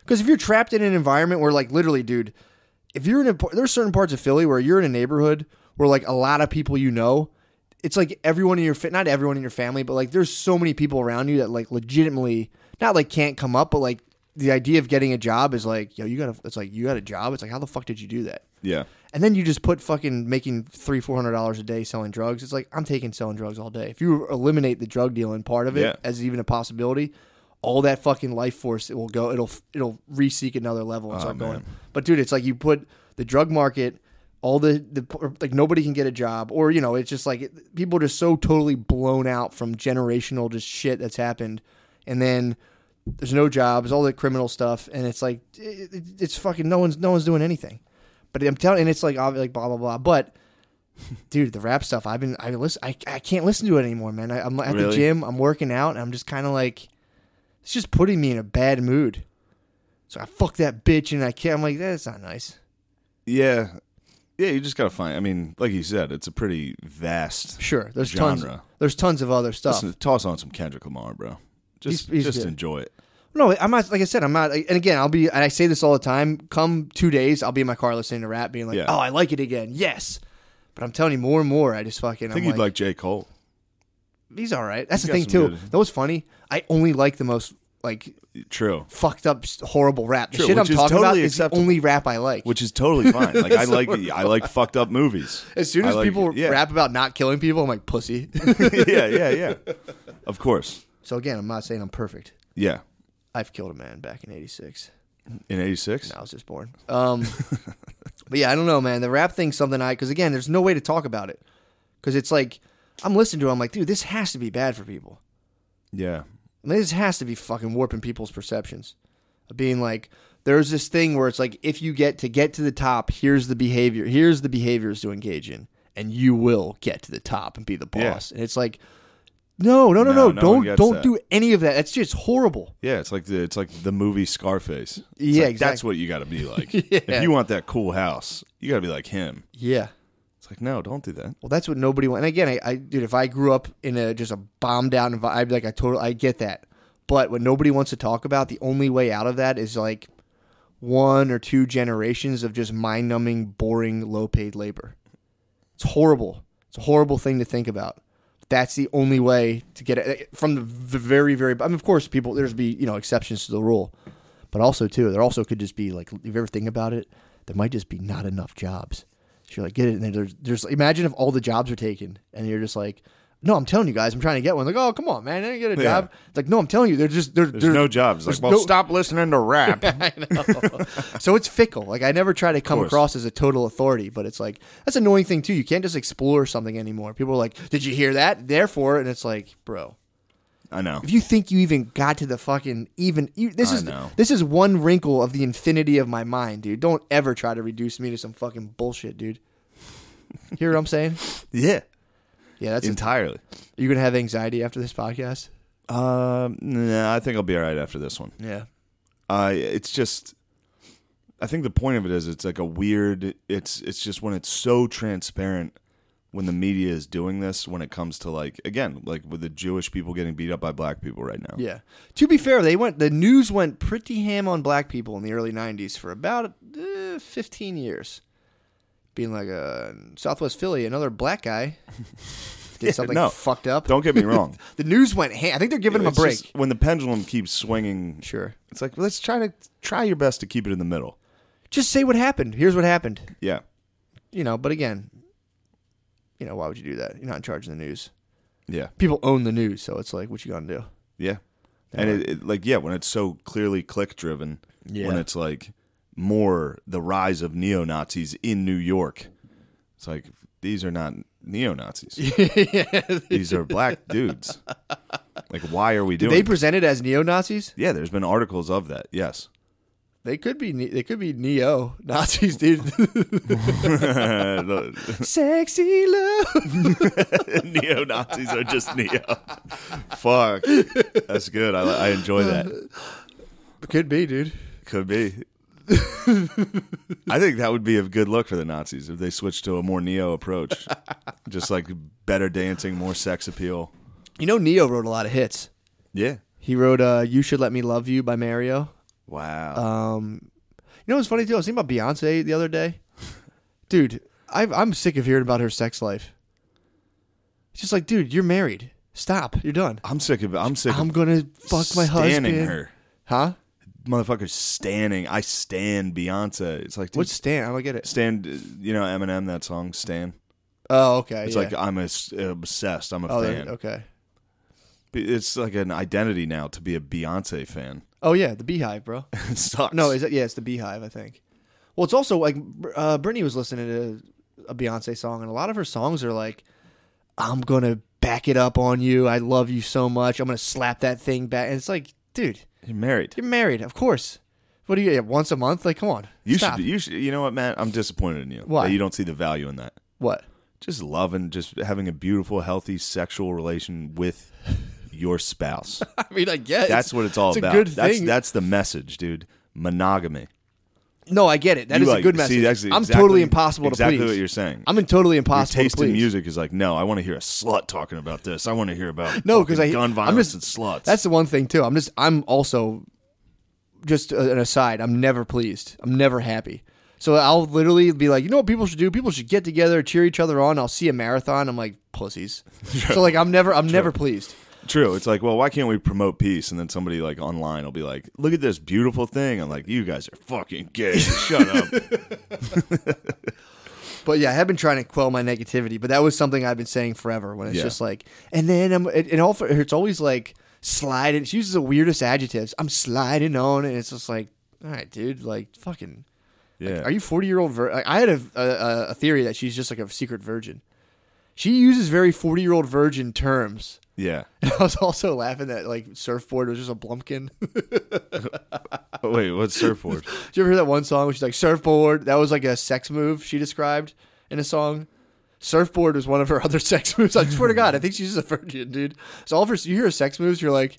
Speaker 1: Because if you're trapped in an environment where, like, literally, dude, if you're in a, there's certain parts of Philly where you're in a neighborhood where like a lot of people you know, it's like everyone in your fit, not everyone in your family, but like there's so many people around you that like legitimately, not like can't come up, but like the idea of getting a job is like, yo, you got a, it's like you got a job. It's like how the fuck did you do that?
Speaker 2: yeah,
Speaker 1: And then you just put fucking making three four hundred dollars a day selling drugs. It's like I'm taking selling drugs all day. If you eliminate the drug dealing part of it
Speaker 2: Yeah.
Speaker 1: as even a possibility, all that fucking life force it will go. It'll it'll reseek another level and start going. But dude, it's like you put the drug market, all the the like nobody can get a job, or you know it's just like it, people are just so totally blown out from generational just shit that's happened, and then. There's no jobs, all the criminal stuff, and it's like it, it, it's fucking no one's no one's doing anything. But I'm telling, and it's like obvi- like blah blah blah. But dude, the rap stuff, I've been I listen, I, I can't listen to it anymore, man. I, I'm at the
Speaker 2: Really?
Speaker 1: gym, I'm working out, and I'm just kind of like, it's just putting me in a bad mood. So I fuck that bitch, and I can't. I'm like, that's not nice.
Speaker 2: yeah, yeah. You just gotta find. I mean, like you said, it's a pretty vast.
Speaker 1: Sure, there's tons.
Speaker 2: Genre.
Speaker 1: There's tons of other stuff.
Speaker 2: Listen, toss on some Kendrick Lamar, bro. Just,
Speaker 1: He's- he's
Speaker 2: just
Speaker 1: good.
Speaker 2: enjoy it.
Speaker 1: No, I'm not. Like I said, I'm not. And again, I'll be. And I say this all the time. Come two days, I'll be in my car listening to rap, being like,
Speaker 2: Yeah.
Speaker 1: oh, I like it again. Yes. But I'm telling you, more and more, I just fucking.
Speaker 2: I think
Speaker 1: am
Speaker 2: you'd like J. Cole.
Speaker 1: he's all right. That's the
Speaker 2: got
Speaker 1: thing
Speaker 2: some
Speaker 1: too.
Speaker 2: good-
Speaker 1: That was funny. I only like the most like
Speaker 2: True.
Speaker 1: fucked up, s- horrible rap. The
Speaker 2: Sure,
Speaker 1: shit I'm
Speaker 2: which is
Speaker 1: talking about
Speaker 2: totally
Speaker 1: is the
Speaker 2: acceptable.
Speaker 1: only rap I like.
Speaker 2: Which is totally fine. Like I like I like fucked up movies.
Speaker 1: as soon
Speaker 2: I
Speaker 1: as
Speaker 2: like-
Speaker 1: people
Speaker 2: yeah.
Speaker 1: rap about not killing people, I'm like pussy.
Speaker 2: yeah, yeah, yeah. Of course.
Speaker 1: so again, I'm not saying I'm perfect.
Speaker 2: Yeah.
Speaker 1: I've killed a man back in '86.
Speaker 2: In '86.
Speaker 1: I was just born. Um, but yeah, I don't know, man. The rap thing's something I because again, there's no way to talk about it because it's like I'm listening to. it, I'm like, dude, this has to be bad for people.
Speaker 2: Yeah.
Speaker 1: I mean, this has to be fucking warping people's perceptions of being like there's this thing where it's like if you get to get to the top here's the behavior here's the behaviors to engage in and you will get to the top and be the
Speaker 2: Yeah.
Speaker 1: boss and it's like no no no no,
Speaker 2: No, no one
Speaker 1: don't
Speaker 2: gets
Speaker 1: don't
Speaker 2: that.
Speaker 1: do any of that that's just horrible
Speaker 2: Yeah, it's like the it's like the movie Scarface. It's
Speaker 1: Yeah,
Speaker 2: like, That's
Speaker 1: exactly.
Speaker 2: what you got to be like.
Speaker 1: Yeah.
Speaker 2: If you want that cool house, you got to be like him.
Speaker 1: yeah
Speaker 2: It's like, no, don't do that.
Speaker 1: Well, that's what nobody wants. And again, I, I dude, if I grew up in a just a bombed out environment, I'd be like, I totally, I get that. But what nobody wants to talk about, the only way out of that is like one or two generations of just mind numbing, boring, low paid labor. It's horrible. It's a horrible thing to think about. That's the only way to get it eh, from the the very, very. I mean, of course, people there's be you know exceptions to the rule, but also too there also could just be like if you ever think about it, there might just be not enough jobs. So you're like, get it. And then there's, there's, imagine if all the jobs are taken and you're just like, no, I'm telling you guys, I'm trying to get one. Like, oh, come on, man, I didn't get a
Speaker 2: Yeah.
Speaker 1: job. It's like, no, I'm telling you, there's just, there,
Speaker 2: There's no jobs. Like,
Speaker 1: there's
Speaker 2: well,
Speaker 1: no-
Speaker 2: stop listening to rap.
Speaker 1: so it's fickle. Like, I never try to come
Speaker 2: course.
Speaker 1: across as a total authority, but it's like, that's an annoying thing too. You can't just explore something anymore. People are like, did you hear that? Therefore, and it's like, bro,
Speaker 2: I know.
Speaker 1: if you think you even got to the fucking even you, this
Speaker 2: I
Speaker 1: is
Speaker 2: know.
Speaker 1: this is one wrinkle of the infinity of my mind, dude. Don't ever try to reduce me to some fucking bullshit, dude. Hear what I'm saying?
Speaker 2: Yeah,
Speaker 1: Yeah, that's a-
Speaker 2: entirely.
Speaker 1: Are you gonna have anxiety after this podcast?
Speaker 2: Um, nah, I think I'll be all right after this one.
Speaker 1: Yeah.
Speaker 2: Uh, it's just, I think the point of it is, it's like a weird. It's it's just when it's so transparent, when the media is doing this, when it comes to like again, like with the Jewish people getting beat up by black people right now.
Speaker 1: Yeah. To be fair, they went. The news went pretty ham on black people in the early '90s for about uh, 15 years, being like uh, Southwest Philly, another black guy did something
Speaker 2: no.
Speaker 1: fucked up.
Speaker 2: Don't get me wrong.
Speaker 1: The news went ham. I think they're giving him a
Speaker 2: It's
Speaker 1: break.
Speaker 2: just when the pendulum keeps swinging,
Speaker 1: sure.
Speaker 2: it's like let's try to try your best to keep it in the middle.
Speaker 1: Just say what happened. Here's what happened.
Speaker 2: Yeah,
Speaker 1: You know. But again, you know why would you do that? You're not in charge of the news.
Speaker 2: yeah,
Speaker 1: People own the news, so it's like, what you gonna do?
Speaker 2: yeah. And it, it, like yeah, when it's so clearly click driven, when
Speaker 1: Yeah.
Speaker 2: it's like more the rise of neo Nazis in New York, it's like these are not neo Nazis. these are black dudes. Like why are we doing?
Speaker 1: They
Speaker 2: this?
Speaker 1: presented as neo Nazis.
Speaker 2: yeah, there's been articles of that. Yes,
Speaker 1: They could be. ne- They could be neo Nazis, dude.
Speaker 2: neo
Speaker 1: Sexy love.
Speaker 2: Nazis are just neo. Fuck, that's good. I, I enjoy that.
Speaker 1: Could be, dude.
Speaker 2: Could be. I think that would be a good look for the Nazis if they switched to a more neo approach, just like better dancing, more sex appeal.
Speaker 1: You know, Neo wrote a lot of hits.
Speaker 2: Yeah.
Speaker 1: He wrote uh, "You Should Let Me Love You" by Mario. Um,
Speaker 2: Wow.
Speaker 1: Uh, You know what's funny too? I was thinking about Beyonce the other day, dude. I've, I'm sick of hearing about her sex life. It's just like, dude, you're married. Stop. You're done.
Speaker 2: I'm sick of. I'm sick.
Speaker 1: I'm
Speaker 2: of
Speaker 1: gonna fuck my husband.
Speaker 2: Standing her,
Speaker 1: Huh?
Speaker 2: motherfucker. Standing. I stand Beyonce. It's like dude,
Speaker 1: What's Stan? I don't get it.
Speaker 2: stand? You know Eminem that song Stan.
Speaker 1: Oh, okay.
Speaker 2: It's
Speaker 1: yeah.
Speaker 2: like I'm obs- obsessed. I'm a
Speaker 1: oh,
Speaker 2: fan.
Speaker 1: there- okay.
Speaker 2: It's like an identity now to be a Beyonce fan.
Speaker 1: Oh yeah, the Beehive, bro.
Speaker 2: it sucks.
Speaker 1: No, is it? Yeah, it's the Beehive, I think. Well, it's also like Br- uh, Britney was listening to a Beyonce song, and a lot of her songs are like, "I'm gonna back it up on you. I love you so much. I'm gonna slap that thing back." And it's like, dude,
Speaker 2: You're married.
Speaker 1: you're married, of course. What do you get once a month? Like, come on,
Speaker 2: You
Speaker 1: stop.
Speaker 2: should. You should. You know what, Matt? I'm disappointed in you.
Speaker 1: Why?
Speaker 2: That you don't see the value in that.
Speaker 1: what?
Speaker 2: Just loving, just having a beautiful, healthy sexual relation with your spouse.
Speaker 1: I mean, I guess
Speaker 2: That's what it's all
Speaker 1: it's a
Speaker 2: about.
Speaker 1: good
Speaker 2: that's
Speaker 1: thing.
Speaker 2: that's the message, dude. Monogamy.
Speaker 1: no, I get it. That
Speaker 2: You
Speaker 1: is a
Speaker 2: like-
Speaker 1: good message.
Speaker 2: see, that's
Speaker 1: I'm
Speaker 2: exactly-
Speaker 1: totally impossible
Speaker 2: exactly
Speaker 1: to please.
Speaker 2: what you're saying.
Speaker 1: I'm in totally
Speaker 2: Your
Speaker 1: impossible
Speaker 2: taste
Speaker 1: to please.
Speaker 2: in music is like, no, I want to hear a slut talking about this. I want to hear about
Speaker 1: No, 'cause I-
Speaker 2: fucking gun
Speaker 1: I'm
Speaker 2: violence
Speaker 1: just-
Speaker 2: and sluts.
Speaker 1: That's the one thing too. I'm just I'm also just a- an aside. I'm never pleased. I'm never happy. So I'll literally be like, you know what people should do? People should get together, cheer each other on. I'll see a marathon. I'm like pussies. so like I'm never I'm never pleased.
Speaker 2: true. It's like, well, why can't we promote peace? And then somebody like online will be like, look at this beautiful thing. I'm like, you guys are fucking gay. Shut up.
Speaker 1: But yeah, I have been trying to quell my negativity. But that was something I've been saying forever. When it's
Speaker 2: Yeah.
Speaker 1: just like, and then I'm it, it all for, it's always like sliding. She uses the weirdest adjectives. I'm sliding on, and it's just like, all right, dude, like fucking.
Speaker 2: Yeah.
Speaker 1: Are you forty year old? Vir- I I had a, a a theory that she's just like a secret virgin. She uses very forty year old virgin terms.
Speaker 2: Yeah.
Speaker 1: And I was also laughing that like surfboard was just a blumpkin. Did
Speaker 2: Oh, wait, what's surfboard?
Speaker 1: you ever hear that one song where she's like surfboard? That was like a sex move she described in a song. Surfboard was one of her other sex moves. I swear to God, I think she's just a virgin, dude. So all of her, you hear her sex moves, you're like,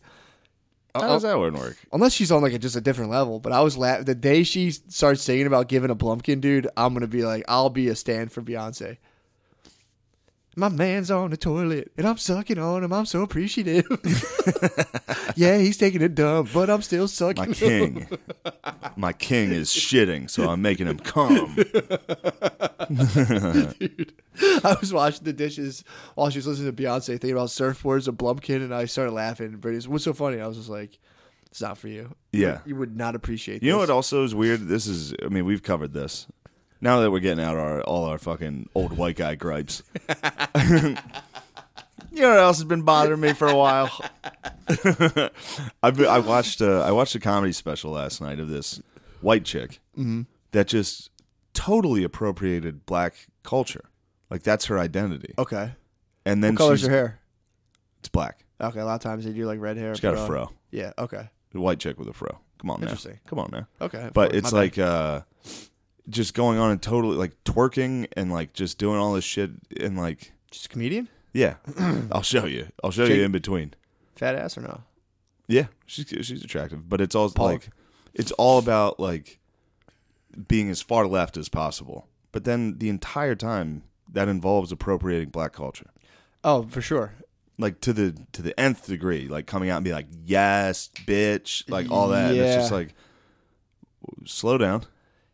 Speaker 2: How does that one work?
Speaker 1: unless she's on like a, just a different level. But I was la- the day she starts singing about giving a blumpkin, dude. I'm gonna be like, I'll be a stand for Beyonce. My man's on the toilet and I'm sucking on him. I'm so appreciative. yeah, he's taking a dump, but I'm still
Speaker 2: My
Speaker 1: sucking.
Speaker 2: king, my king is shitting, so I'm making him come.
Speaker 1: I was washing the dishes while she was listening to Beyonce, thinking about surfboards and Blumpkin, and I started laughing. Brady's, what's so funny? I was just like, it's not for you.
Speaker 2: Yeah.
Speaker 1: You would not appreciate
Speaker 2: You know
Speaker 1: this.
Speaker 2: what also is weird? This is, I mean, we've covered this. Now that we're getting out our all our fucking old white guy gripes. you know what else has been bothering me for a while? I've been, I watched uh, I watched a comedy special last night of this white chick
Speaker 1: Mm-hmm.
Speaker 2: that just totally appropriated black culture. Like that's her identity.
Speaker 1: Okay.
Speaker 2: And then
Speaker 1: What color's
Speaker 2: she's,
Speaker 1: her hair?
Speaker 2: It's black.
Speaker 1: Okay, a lot of times they do like red hair.
Speaker 2: She's got a fro.
Speaker 1: Yeah, okay.
Speaker 2: The white chick with a fro. Come on now.
Speaker 1: Interesting.
Speaker 2: Come on now.
Speaker 1: Okay.
Speaker 2: but
Speaker 1: fine,
Speaker 2: it's
Speaker 1: my bad.
Speaker 2: like uh just going on and totally like twerking and like just doing all this shit and like
Speaker 1: She's a comedian?
Speaker 2: yeah i'll show you i'll show
Speaker 1: Jake-
Speaker 2: you in between
Speaker 1: Fat ass or no?
Speaker 2: yeah she's she's attractive but it's all
Speaker 1: Pollock.
Speaker 2: like it's all about like being as far left as possible but then the entire time that involves appropriating black culture
Speaker 1: Oh, for sure.
Speaker 2: like to the to the nth degree like coming out and be like yes bitch like all that and it's
Speaker 1: Yeah.
Speaker 2: just like slow down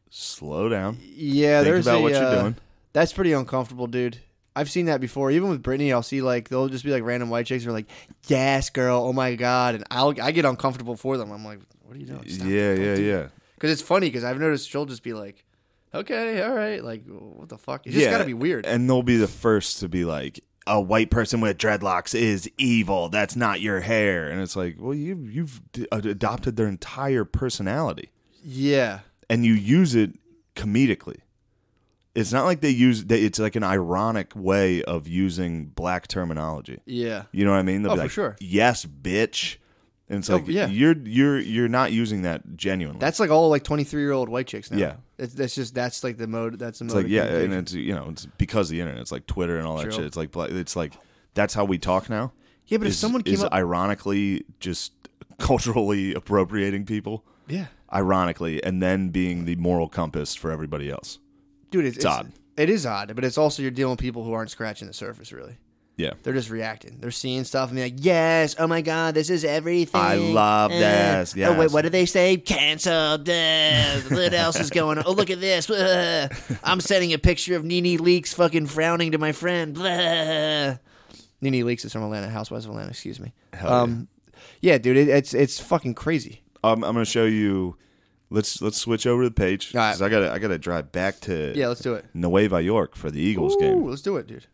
Speaker 2: slow down
Speaker 1: Yeah,
Speaker 2: Think
Speaker 1: there's
Speaker 2: about
Speaker 1: a,
Speaker 2: what you're
Speaker 1: uh,
Speaker 2: doing.
Speaker 1: That's pretty uncomfortable, dude. I've seen that before. Even with Brittany, I'll see like they'll just be like random white chicks who are like, "Yes, girl, oh my god," and I'll I get uncomfortable for them. I'm like, "What are you doing?"
Speaker 2: yeah yeah yeah
Speaker 1: Because it's funny because I've noticed she'll just be like, "Okay, all right," like what the fuck? It's just gotta be weird.
Speaker 2: And they'll be the first to be like, a white person with dreadlocks is evil. That's not your hair. And it's like, well, you you've d- ad- adopted their entire personality
Speaker 1: yeah,
Speaker 2: and you use it comedically. It's not like they use they, it's like an ironic way of using black terminology.
Speaker 1: yeah.
Speaker 2: You know what I mean? They'll
Speaker 1: Oh,
Speaker 2: be
Speaker 1: for
Speaker 2: like,
Speaker 1: sure.
Speaker 2: Yes, bitch. And it's
Speaker 1: Oh,
Speaker 2: like
Speaker 1: yeah.
Speaker 2: you're you're you're not using that genuinely.
Speaker 1: That's like all like 23 year old white chicks now.
Speaker 2: Yeah.
Speaker 1: it's, that's just that's like the mode. That's the mode.
Speaker 2: It's like
Speaker 1: of
Speaker 2: yeah, and
Speaker 1: communication.
Speaker 2: it's you know it's because of the internet. It's like Twitter and all that
Speaker 1: True.
Speaker 2: shit. It's like bla- it's like that's how we talk now.
Speaker 1: yeah. But if
Speaker 2: Is-
Speaker 1: someone came
Speaker 2: is
Speaker 1: up,
Speaker 2: ironically just culturally appropriating people,
Speaker 1: yeah,
Speaker 2: ironically, and then being the moral compass for everybody else.
Speaker 1: dude, it's,
Speaker 2: It's odd.
Speaker 1: It is odd, but it's also you're dealing with people who aren't scratching the surface really.
Speaker 2: Yeah,
Speaker 1: They're just reacting. They're seeing stuff and being like, "Yes, oh my god, this is everything."
Speaker 2: I love this,
Speaker 1: Oh wait,
Speaker 2: yes."
Speaker 1: what do they say? Cancel this. what else is going on? Oh look at this. Ugh. I'm sending a picture of Nene Leaks fucking frowning to my friend. Ugh. Nene Leaks is from Atlanta, Housewives of Atlanta. Excuse me. Um,
Speaker 2: Hell
Speaker 1: yeah. dude, it, it's it's fucking crazy.
Speaker 2: um, I'm gonna show you. Let's let's switch over to the page
Speaker 1: All right.
Speaker 2: 'cause I gotta I gotta drive back to
Speaker 1: Yeah, let's do it.
Speaker 2: Nueva York for the Eagles
Speaker 1: Ooh,
Speaker 2: game.
Speaker 1: let's do it, dude.